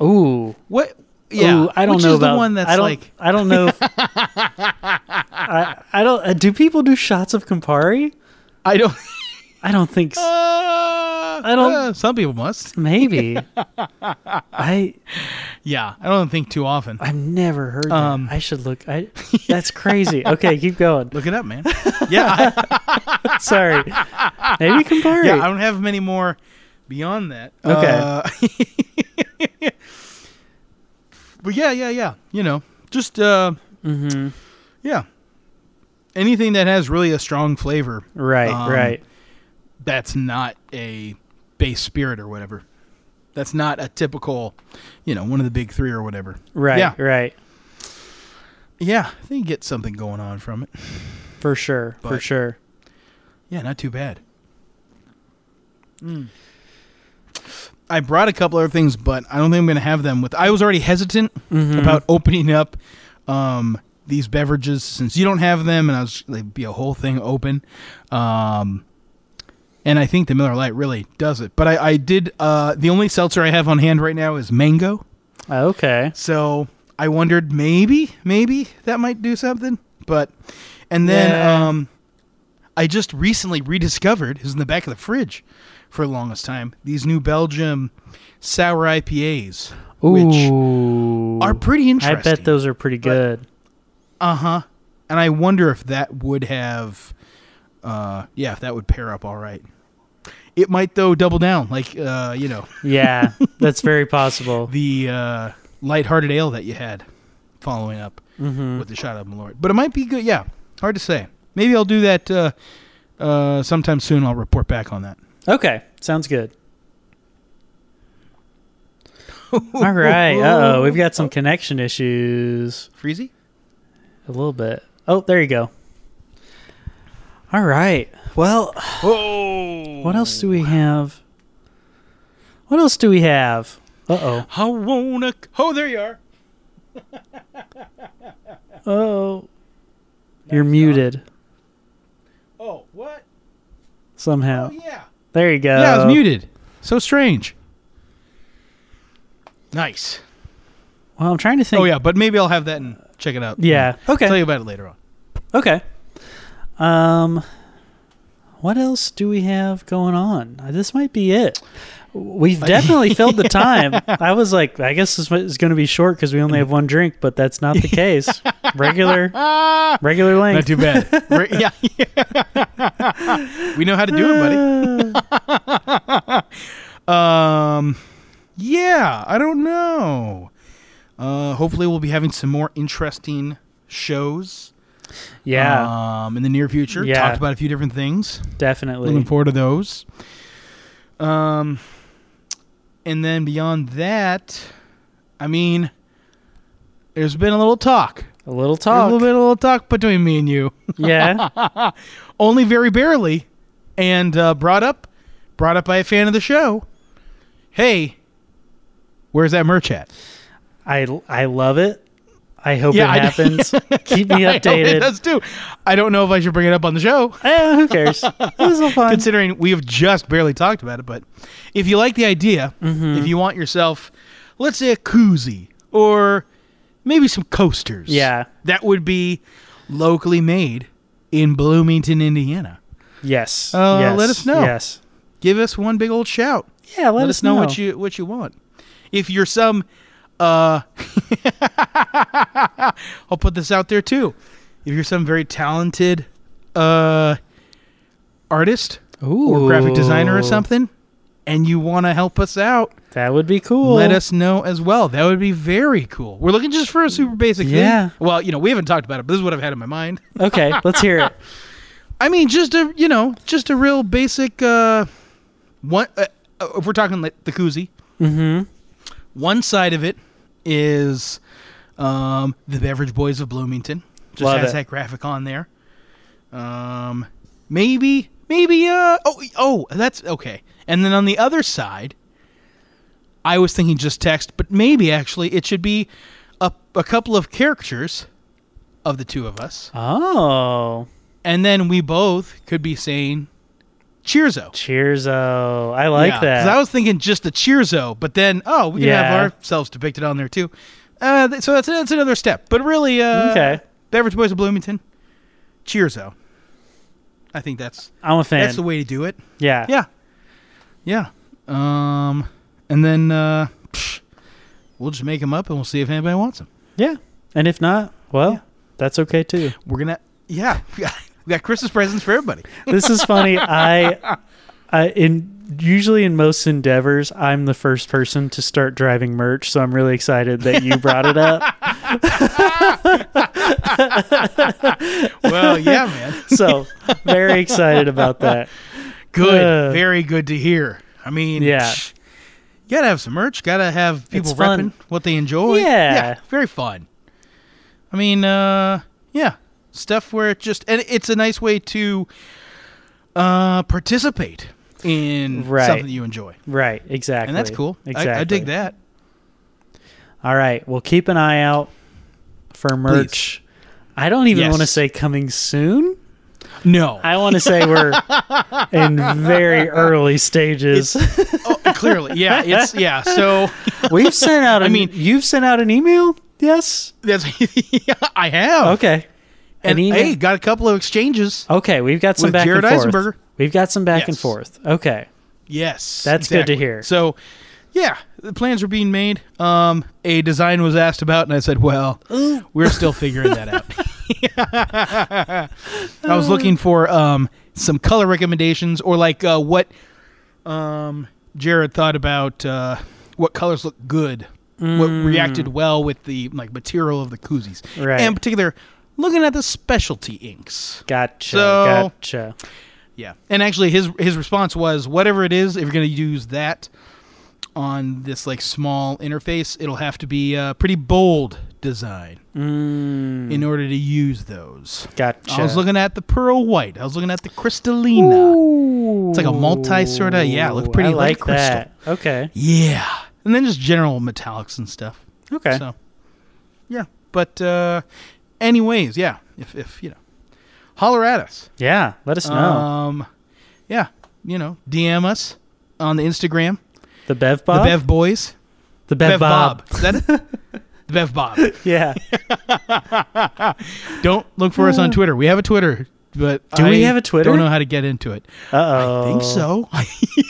[SPEAKER 1] Oh, Ooh.
[SPEAKER 2] What? Yeah,
[SPEAKER 1] Ooh, I don't
[SPEAKER 2] which
[SPEAKER 1] know
[SPEAKER 2] is
[SPEAKER 1] about
[SPEAKER 2] the one that's
[SPEAKER 1] I don't,
[SPEAKER 2] like.
[SPEAKER 1] I don't know. if- I, I don't. Uh, do people do shots of Campari?
[SPEAKER 2] I don't.
[SPEAKER 1] I don't think. s-
[SPEAKER 2] I
[SPEAKER 1] don't-
[SPEAKER 2] some people must.
[SPEAKER 1] Maybe. I
[SPEAKER 2] Yeah, I don't think too often.
[SPEAKER 1] I've never heard.
[SPEAKER 2] Um,
[SPEAKER 1] that. I should look. I that's crazy. Okay, keep going.
[SPEAKER 2] Look it up, man. yeah, I,
[SPEAKER 1] Sorry. Maybe Campari.
[SPEAKER 2] yeah. I don't have many more beyond that.
[SPEAKER 1] Okay.
[SPEAKER 2] Uh, but yeah, yeah, yeah. You know, just uh,
[SPEAKER 1] mm-hmm.
[SPEAKER 2] Yeah. Anything that has really a strong flavor
[SPEAKER 1] Right.
[SPEAKER 2] Um,
[SPEAKER 1] right.
[SPEAKER 2] that's not a base spirit or whatever. That's not a typical, you know, one of the big three or whatever.
[SPEAKER 1] Right.
[SPEAKER 2] yeah.
[SPEAKER 1] Right.
[SPEAKER 2] Yeah, I think you get something going on from it.
[SPEAKER 1] For sure. for
[SPEAKER 2] But-
[SPEAKER 1] sure.
[SPEAKER 2] Yeah, not too bad. I brought a couple other things, but I don't think I'm going to have them with. I was already hesitant about opening up um, these beverages since you don't have them, and I was they'd be a whole thing open. Um, and I think the Miller Lite really does it. But I, I did. Uh, the only seltzer I have on hand right now is mango,
[SPEAKER 1] Okay.
[SPEAKER 2] so I wondered maybe, maybe that might do something. But and then
[SPEAKER 1] Yeah.
[SPEAKER 2] um, I just recently rediscovered it was in the back of the fridge for the longest time. These new Belgium sour IPAs, which
[SPEAKER 1] Ooh.
[SPEAKER 2] are pretty
[SPEAKER 1] I
[SPEAKER 2] interesting.
[SPEAKER 1] bet those are pretty good.
[SPEAKER 2] Uh huh. And I wonder if that would have, uh, yeah, if that would pair up all right. It might though double down, like uh, you know
[SPEAKER 1] yeah, that's very possible.
[SPEAKER 2] the uh, lighthearted ale that you had, following up
[SPEAKER 1] Mm-hmm.
[SPEAKER 2] with the shot of Malort. But it might be good. Yeah, hard to say. Maybe I'll do that uh, uh, sometime soon. I'll report back on that.
[SPEAKER 1] Okay, sounds good. All right. Uh oh, we've got some connection issues.
[SPEAKER 2] Freezy.
[SPEAKER 1] A little bit. Oh, there you go. All right. Well,
[SPEAKER 2] Whoa!
[SPEAKER 1] what else do we have? What else do we have? Uh
[SPEAKER 2] I wanna. Oh, there you are.
[SPEAKER 1] oh. Oh. You're muted
[SPEAKER 2] Oh, what?
[SPEAKER 1] somehow.
[SPEAKER 2] Oh, yeah.
[SPEAKER 1] There you go.
[SPEAKER 2] Yeah, I was muted. So strange. Nice.
[SPEAKER 1] Well, I'm trying to think.
[SPEAKER 2] Oh yeah, but maybe I'll have that and check it out.
[SPEAKER 1] Yeah. Okay.
[SPEAKER 2] Tell you about it later on.
[SPEAKER 1] Okay. Um, what else do we have going on? Uh, This might be it. We've definitely filled the time. I was like, I guess this is going to be short because we only have one drink, but that's not the case. Regular, regular
[SPEAKER 2] Not
[SPEAKER 1] length.
[SPEAKER 2] too bad. Re- yeah. we know how to do it, buddy.
[SPEAKER 1] Uh,
[SPEAKER 2] Um, yeah, I don't know. Uh, hopefully, we'll be having some more interesting shows.
[SPEAKER 1] yeah,
[SPEAKER 2] Um, in the near future,
[SPEAKER 1] Yeah.
[SPEAKER 2] talked about a few different things.
[SPEAKER 1] definitely.
[SPEAKER 2] Looking forward to those. Um, and then beyond that, I mean, there's been a little talk
[SPEAKER 1] A little
[SPEAKER 2] There's
[SPEAKER 1] talk.
[SPEAKER 2] A little bit, a little talk between me and you.
[SPEAKER 1] yeah.
[SPEAKER 2] Ah, Only very barely, and uh, brought up, brought up by a fan of the show. Hey, where's that merch at?
[SPEAKER 1] I I love it. I hope
[SPEAKER 2] Yeah, I-
[SPEAKER 1] it happens. Keep me
[SPEAKER 2] I hope it
[SPEAKER 1] updated.
[SPEAKER 2] does too. I don't know if I should bring it up on the show.
[SPEAKER 1] Eh, who cares? This is fun.
[SPEAKER 2] considering we have just barely talked about it. But if you like the idea,
[SPEAKER 1] Mm-hmm.
[SPEAKER 2] if you want yourself, let's say a koozie or maybe some coasters,
[SPEAKER 1] Yeah.
[SPEAKER 2] that would be locally made in Bloomington, Indiana.
[SPEAKER 1] yes.
[SPEAKER 2] Uh,
[SPEAKER 1] yes.
[SPEAKER 2] let us know.
[SPEAKER 1] Yes.
[SPEAKER 2] Give us one big old shout.
[SPEAKER 1] Yeah. Let,
[SPEAKER 2] Let, us know, what you what you want. If you're some, uh, I'll put this out there too. If you're some very talented uh, artist or graphic designer or
[SPEAKER 1] Ooh.
[SPEAKER 2] something, and you want to help us out,
[SPEAKER 1] That would be cool.
[SPEAKER 2] let us know as well. That would be very cool. We're looking just for a super basic
[SPEAKER 1] Yeah.
[SPEAKER 2] thing. Well, you know, we haven't talked about it, but this is what I've had in my mind.
[SPEAKER 1] Okay. Let's hear it.
[SPEAKER 2] I mean, just a you know, just a real basic uh, one. Uh, uh, if we're talking like the koozie, mm-hmm. one side of it is um, the Beverage Boys of Bloomington. Just
[SPEAKER 1] Love
[SPEAKER 2] has
[SPEAKER 1] it.
[SPEAKER 2] that graphic on there. Um, maybe, maybe. Uh, oh, oh, that's okay. And then on the other side, I was thinking just text, but maybe actually it should be a, a couple of caricatures of the two of us
[SPEAKER 1] Oh.
[SPEAKER 2] and then we both could be saying cheerzo.
[SPEAKER 1] Cheers. Oh, I like that.
[SPEAKER 2] I was thinking just the cheerzo, but then oh, we can
[SPEAKER 1] Yeah.
[SPEAKER 2] have ourselves depicted on there too. Uh, th- so that's that's another step. But really, uh,
[SPEAKER 1] Okay.
[SPEAKER 2] Beverage Boys of Bloomington, cheerzo. I think that's
[SPEAKER 1] I'm a fan.
[SPEAKER 2] that's the way to do it.
[SPEAKER 1] yeah.
[SPEAKER 2] Yeah, yeah. Um, and then uh, psh, we'll just make them up and we'll see if anybody wants them.
[SPEAKER 1] Yeah. And if not, well, that's okay too.
[SPEAKER 2] We're gonna yeah. We got, we got Christmas presents for everybody.
[SPEAKER 1] this is funny. I, I in usually in most endeavors, I'm the first person to start driving merch, so I'm really excited that you brought it up.
[SPEAKER 2] Well, yeah, man.
[SPEAKER 1] So very excited about that.
[SPEAKER 2] Good.
[SPEAKER 1] Uh,
[SPEAKER 2] Very good to hear. I mean,
[SPEAKER 1] Yeah.
[SPEAKER 2] you gotta have some merch. Gotta have people
[SPEAKER 1] It's fun.
[SPEAKER 2] repping what they enjoy.
[SPEAKER 1] Yeah.
[SPEAKER 2] very fun. I mean, uh, yeah, stuff where it just and it's a nice way to uh, participate in
[SPEAKER 1] Right.
[SPEAKER 2] something you enjoy,
[SPEAKER 1] Right, exactly.
[SPEAKER 2] and that's cool. I-
[SPEAKER 1] Exactly.
[SPEAKER 2] I, dig that.
[SPEAKER 1] All right. Well keep an eye out for merch. I don't even
[SPEAKER 2] Yes.
[SPEAKER 1] want to say coming soon.
[SPEAKER 2] No,
[SPEAKER 1] I want to say we're in very early stages.
[SPEAKER 2] oh, clearly, yeah, it's yeah. So
[SPEAKER 1] We've sent out. An, I
[SPEAKER 2] mean-
[SPEAKER 1] mean, you've sent out an email. Yes.
[SPEAKER 2] that's I have
[SPEAKER 1] Okay. an
[SPEAKER 2] and
[SPEAKER 1] email.
[SPEAKER 2] hey, got a couple of exchanges.
[SPEAKER 1] Okay, we've got some
[SPEAKER 2] With
[SPEAKER 1] back
[SPEAKER 2] Jared
[SPEAKER 1] and forth.
[SPEAKER 2] Eisenberger.
[SPEAKER 1] We've got some back and
[SPEAKER 2] Yes.
[SPEAKER 1] forth. Okay.
[SPEAKER 2] Yes.
[SPEAKER 1] That's good to hear.
[SPEAKER 2] So, yeah, the plans were being made. Um, a design was asked about, and I said, well, we're still figuring that out. I was looking for um, some color recommendations or like uh, what um, Jared thought about uh, what colors look good, what
[SPEAKER 1] Mm.
[SPEAKER 2] reacted well with the like material of the koozies.
[SPEAKER 1] Right.
[SPEAKER 2] And in particular, looking at the specialty inks.
[SPEAKER 1] Gotcha.
[SPEAKER 2] So-
[SPEAKER 1] gotcha.
[SPEAKER 2] Yeah, and actually, his his response was, "Whatever it is, if you're going to use that on this like small interface, it'll have to be a pretty bold design in order to use those."
[SPEAKER 1] Mm, Gotcha.
[SPEAKER 2] I was looking at the pearl white. I was looking at the crystallina. It's like a multi sorta. Yeah, look
[SPEAKER 1] Ooh,
[SPEAKER 2] pretty
[SPEAKER 1] I like
[SPEAKER 2] like crystal.
[SPEAKER 1] that. Okay.
[SPEAKER 2] Yeah, and then just general metallics and stuff.
[SPEAKER 1] Okay.
[SPEAKER 2] So, yeah, but uh, anyways, yeah, if if you know, holler at us.
[SPEAKER 1] Yeah. Let us know.
[SPEAKER 2] Um, yeah, you know, DM us on the Instagram,
[SPEAKER 1] the Bev Bob.
[SPEAKER 2] the Bev Boys,
[SPEAKER 1] The Bev, Bob.
[SPEAKER 2] Is that it? the Bev Bob.
[SPEAKER 1] Yeah.
[SPEAKER 2] Don't look for us on Twitter. We have a Twitter, but
[SPEAKER 1] Oh. Do we
[SPEAKER 2] I
[SPEAKER 1] have a Twitter?
[SPEAKER 2] Don't know how to get into it.
[SPEAKER 1] Uh oh.
[SPEAKER 2] I think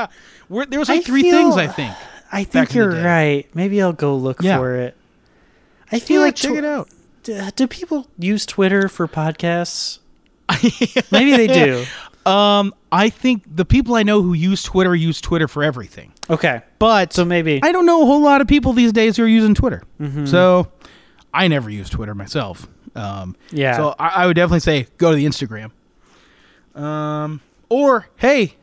[SPEAKER 2] so. We're, there was like
[SPEAKER 1] I
[SPEAKER 2] three
[SPEAKER 1] feel-
[SPEAKER 2] things I think.
[SPEAKER 1] I
[SPEAKER 2] Back
[SPEAKER 1] think
[SPEAKER 2] in the
[SPEAKER 1] you're
[SPEAKER 2] day.
[SPEAKER 1] right. Maybe I'll go look
[SPEAKER 2] Yeah.
[SPEAKER 1] for it. I feel
[SPEAKER 2] Yeah,
[SPEAKER 1] like
[SPEAKER 2] check
[SPEAKER 1] tw-
[SPEAKER 2] it out.
[SPEAKER 1] d- uh, do people use Twitter for podcasts? Maybe they do.
[SPEAKER 2] Um, I think the people I know who use Twitter use Twitter for everything,
[SPEAKER 1] Okay.
[SPEAKER 2] but
[SPEAKER 1] So maybe.
[SPEAKER 2] I don't know a whole lot of people these days who are using Twitter.
[SPEAKER 1] Mm-hmm.
[SPEAKER 2] So I never use Twitter myself. Um,
[SPEAKER 1] Yeah.
[SPEAKER 2] So I, I would definitely say go to the Instagram. Um, or hey,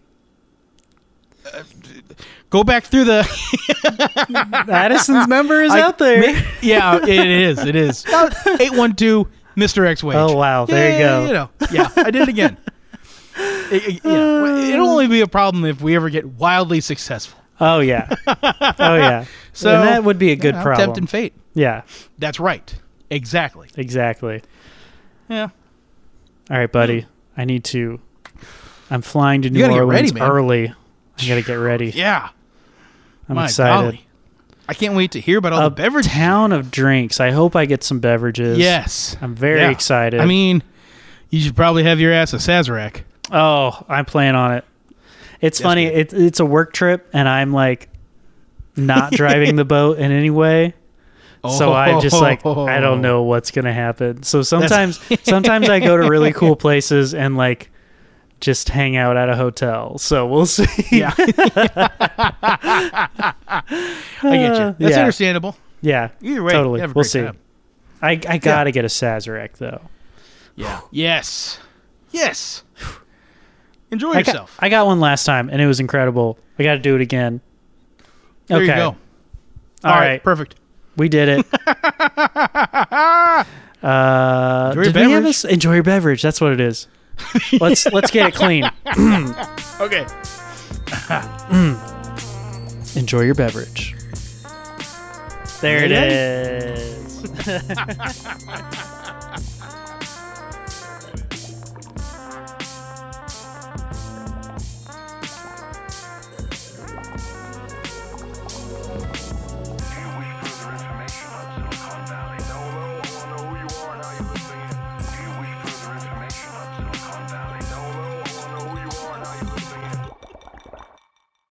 [SPEAKER 2] go back through the
[SPEAKER 1] Addison's number is out there.
[SPEAKER 2] yeah, it is. It is. 812 Mr. X Wage.
[SPEAKER 1] Oh, wow. There you go.
[SPEAKER 2] You know, yeah, I did it again. It, it, you know, it'll only be a problem if we ever get wildly successful.
[SPEAKER 1] Oh yeah. Oh yeah.
[SPEAKER 2] So
[SPEAKER 1] so and that would be a good
[SPEAKER 2] yeah, I'm
[SPEAKER 1] problem.
[SPEAKER 2] Tempting fate.
[SPEAKER 1] Yeah.
[SPEAKER 2] That's right. Exactly.
[SPEAKER 1] Exactly.
[SPEAKER 2] Yeah.
[SPEAKER 1] All right, buddy. I need to. I'm flying to New
[SPEAKER 2] gotta get
[SPEAKER 1] Orleans
[SPEAKER 2] ready, man.
[SPEAKER 1] early. I gotta get ready.
[SPEAKER 2] Yeah.
[SPEAKER 1] I'm
[SPEAKER 2] My
[SPEAKER 1] excited.
[SPEAKER 2] golly. I can't wait to hear about all
[SPEAKER 1] A
[SPEAKER 2] the beverages.
[SPEAKER 1] town of drinks. I hope I get some beverages.
[SPEAKER 2] Yes.
[SPEAKER 1] I'm very
[SPEAKER 2] Yeah.
[SPEAKER 1] excited.
[SPEAKER 2] I mean, you should probably have your ass a Sazerac.
[SPEAKER 1] Oh, I plan on it. It's funny.
[SPEAKER 2] good.
[SPEAKER 1] It, it's a work trip, and I'm like not driving the boat in any way. So I'm just like I don't
[SPEAKER 2] Oh.
[SPEAKER 1] know what's gonna happen. So sometimes sometimes I go to really cool places and like just hang out at a hotel. So we'll see.
[SPEAKER 2] Yeah. I get you. That's
[SPEAKER 1] Yeah.
[SPEAKER 2] understandable.
[SPEAKER 1] yeah.
[SPEAKER 2] Either way,
[SPEAKER 1] totally.
[SPEAKER 2] have a
[SPEAKER 1] we'll
[SPEAKER 2] great
[SPEAKER 1] see.
[SPEAKER 2] time.
[SPEAKER 1] I I gotta get a Sazerac though.
[SPEAKER 2] Yeah. yes. Yes. Enjoy
[SPEAKER 1] I got,
[SPEAKER 2] yourself.
[SPEAKER 1] I got one last time and it was incredible. I got to do it again.
[SPEAKER 2] there
[SPEAKER 1] okay.
[SPEAKER 2] you go.
[SPEAKER 1] All right.
[SPEAKER 2] Perfect.
[SPEAKER 1] We did it. uh,
[SPEAKER 2] Enjoy your
[SPEAKER 1] did we have
[SPEAKER 2] beverage.
[SPEAKER 1] this? Enjoy your beverage. That's what it is. Let's let's get it clean.
[SPEAKER 2] Okay.
[SPEAKER 1] Enjoy your beverage. There it
[SPEAKER 2] Yeah.
[SPEAKER 1] is.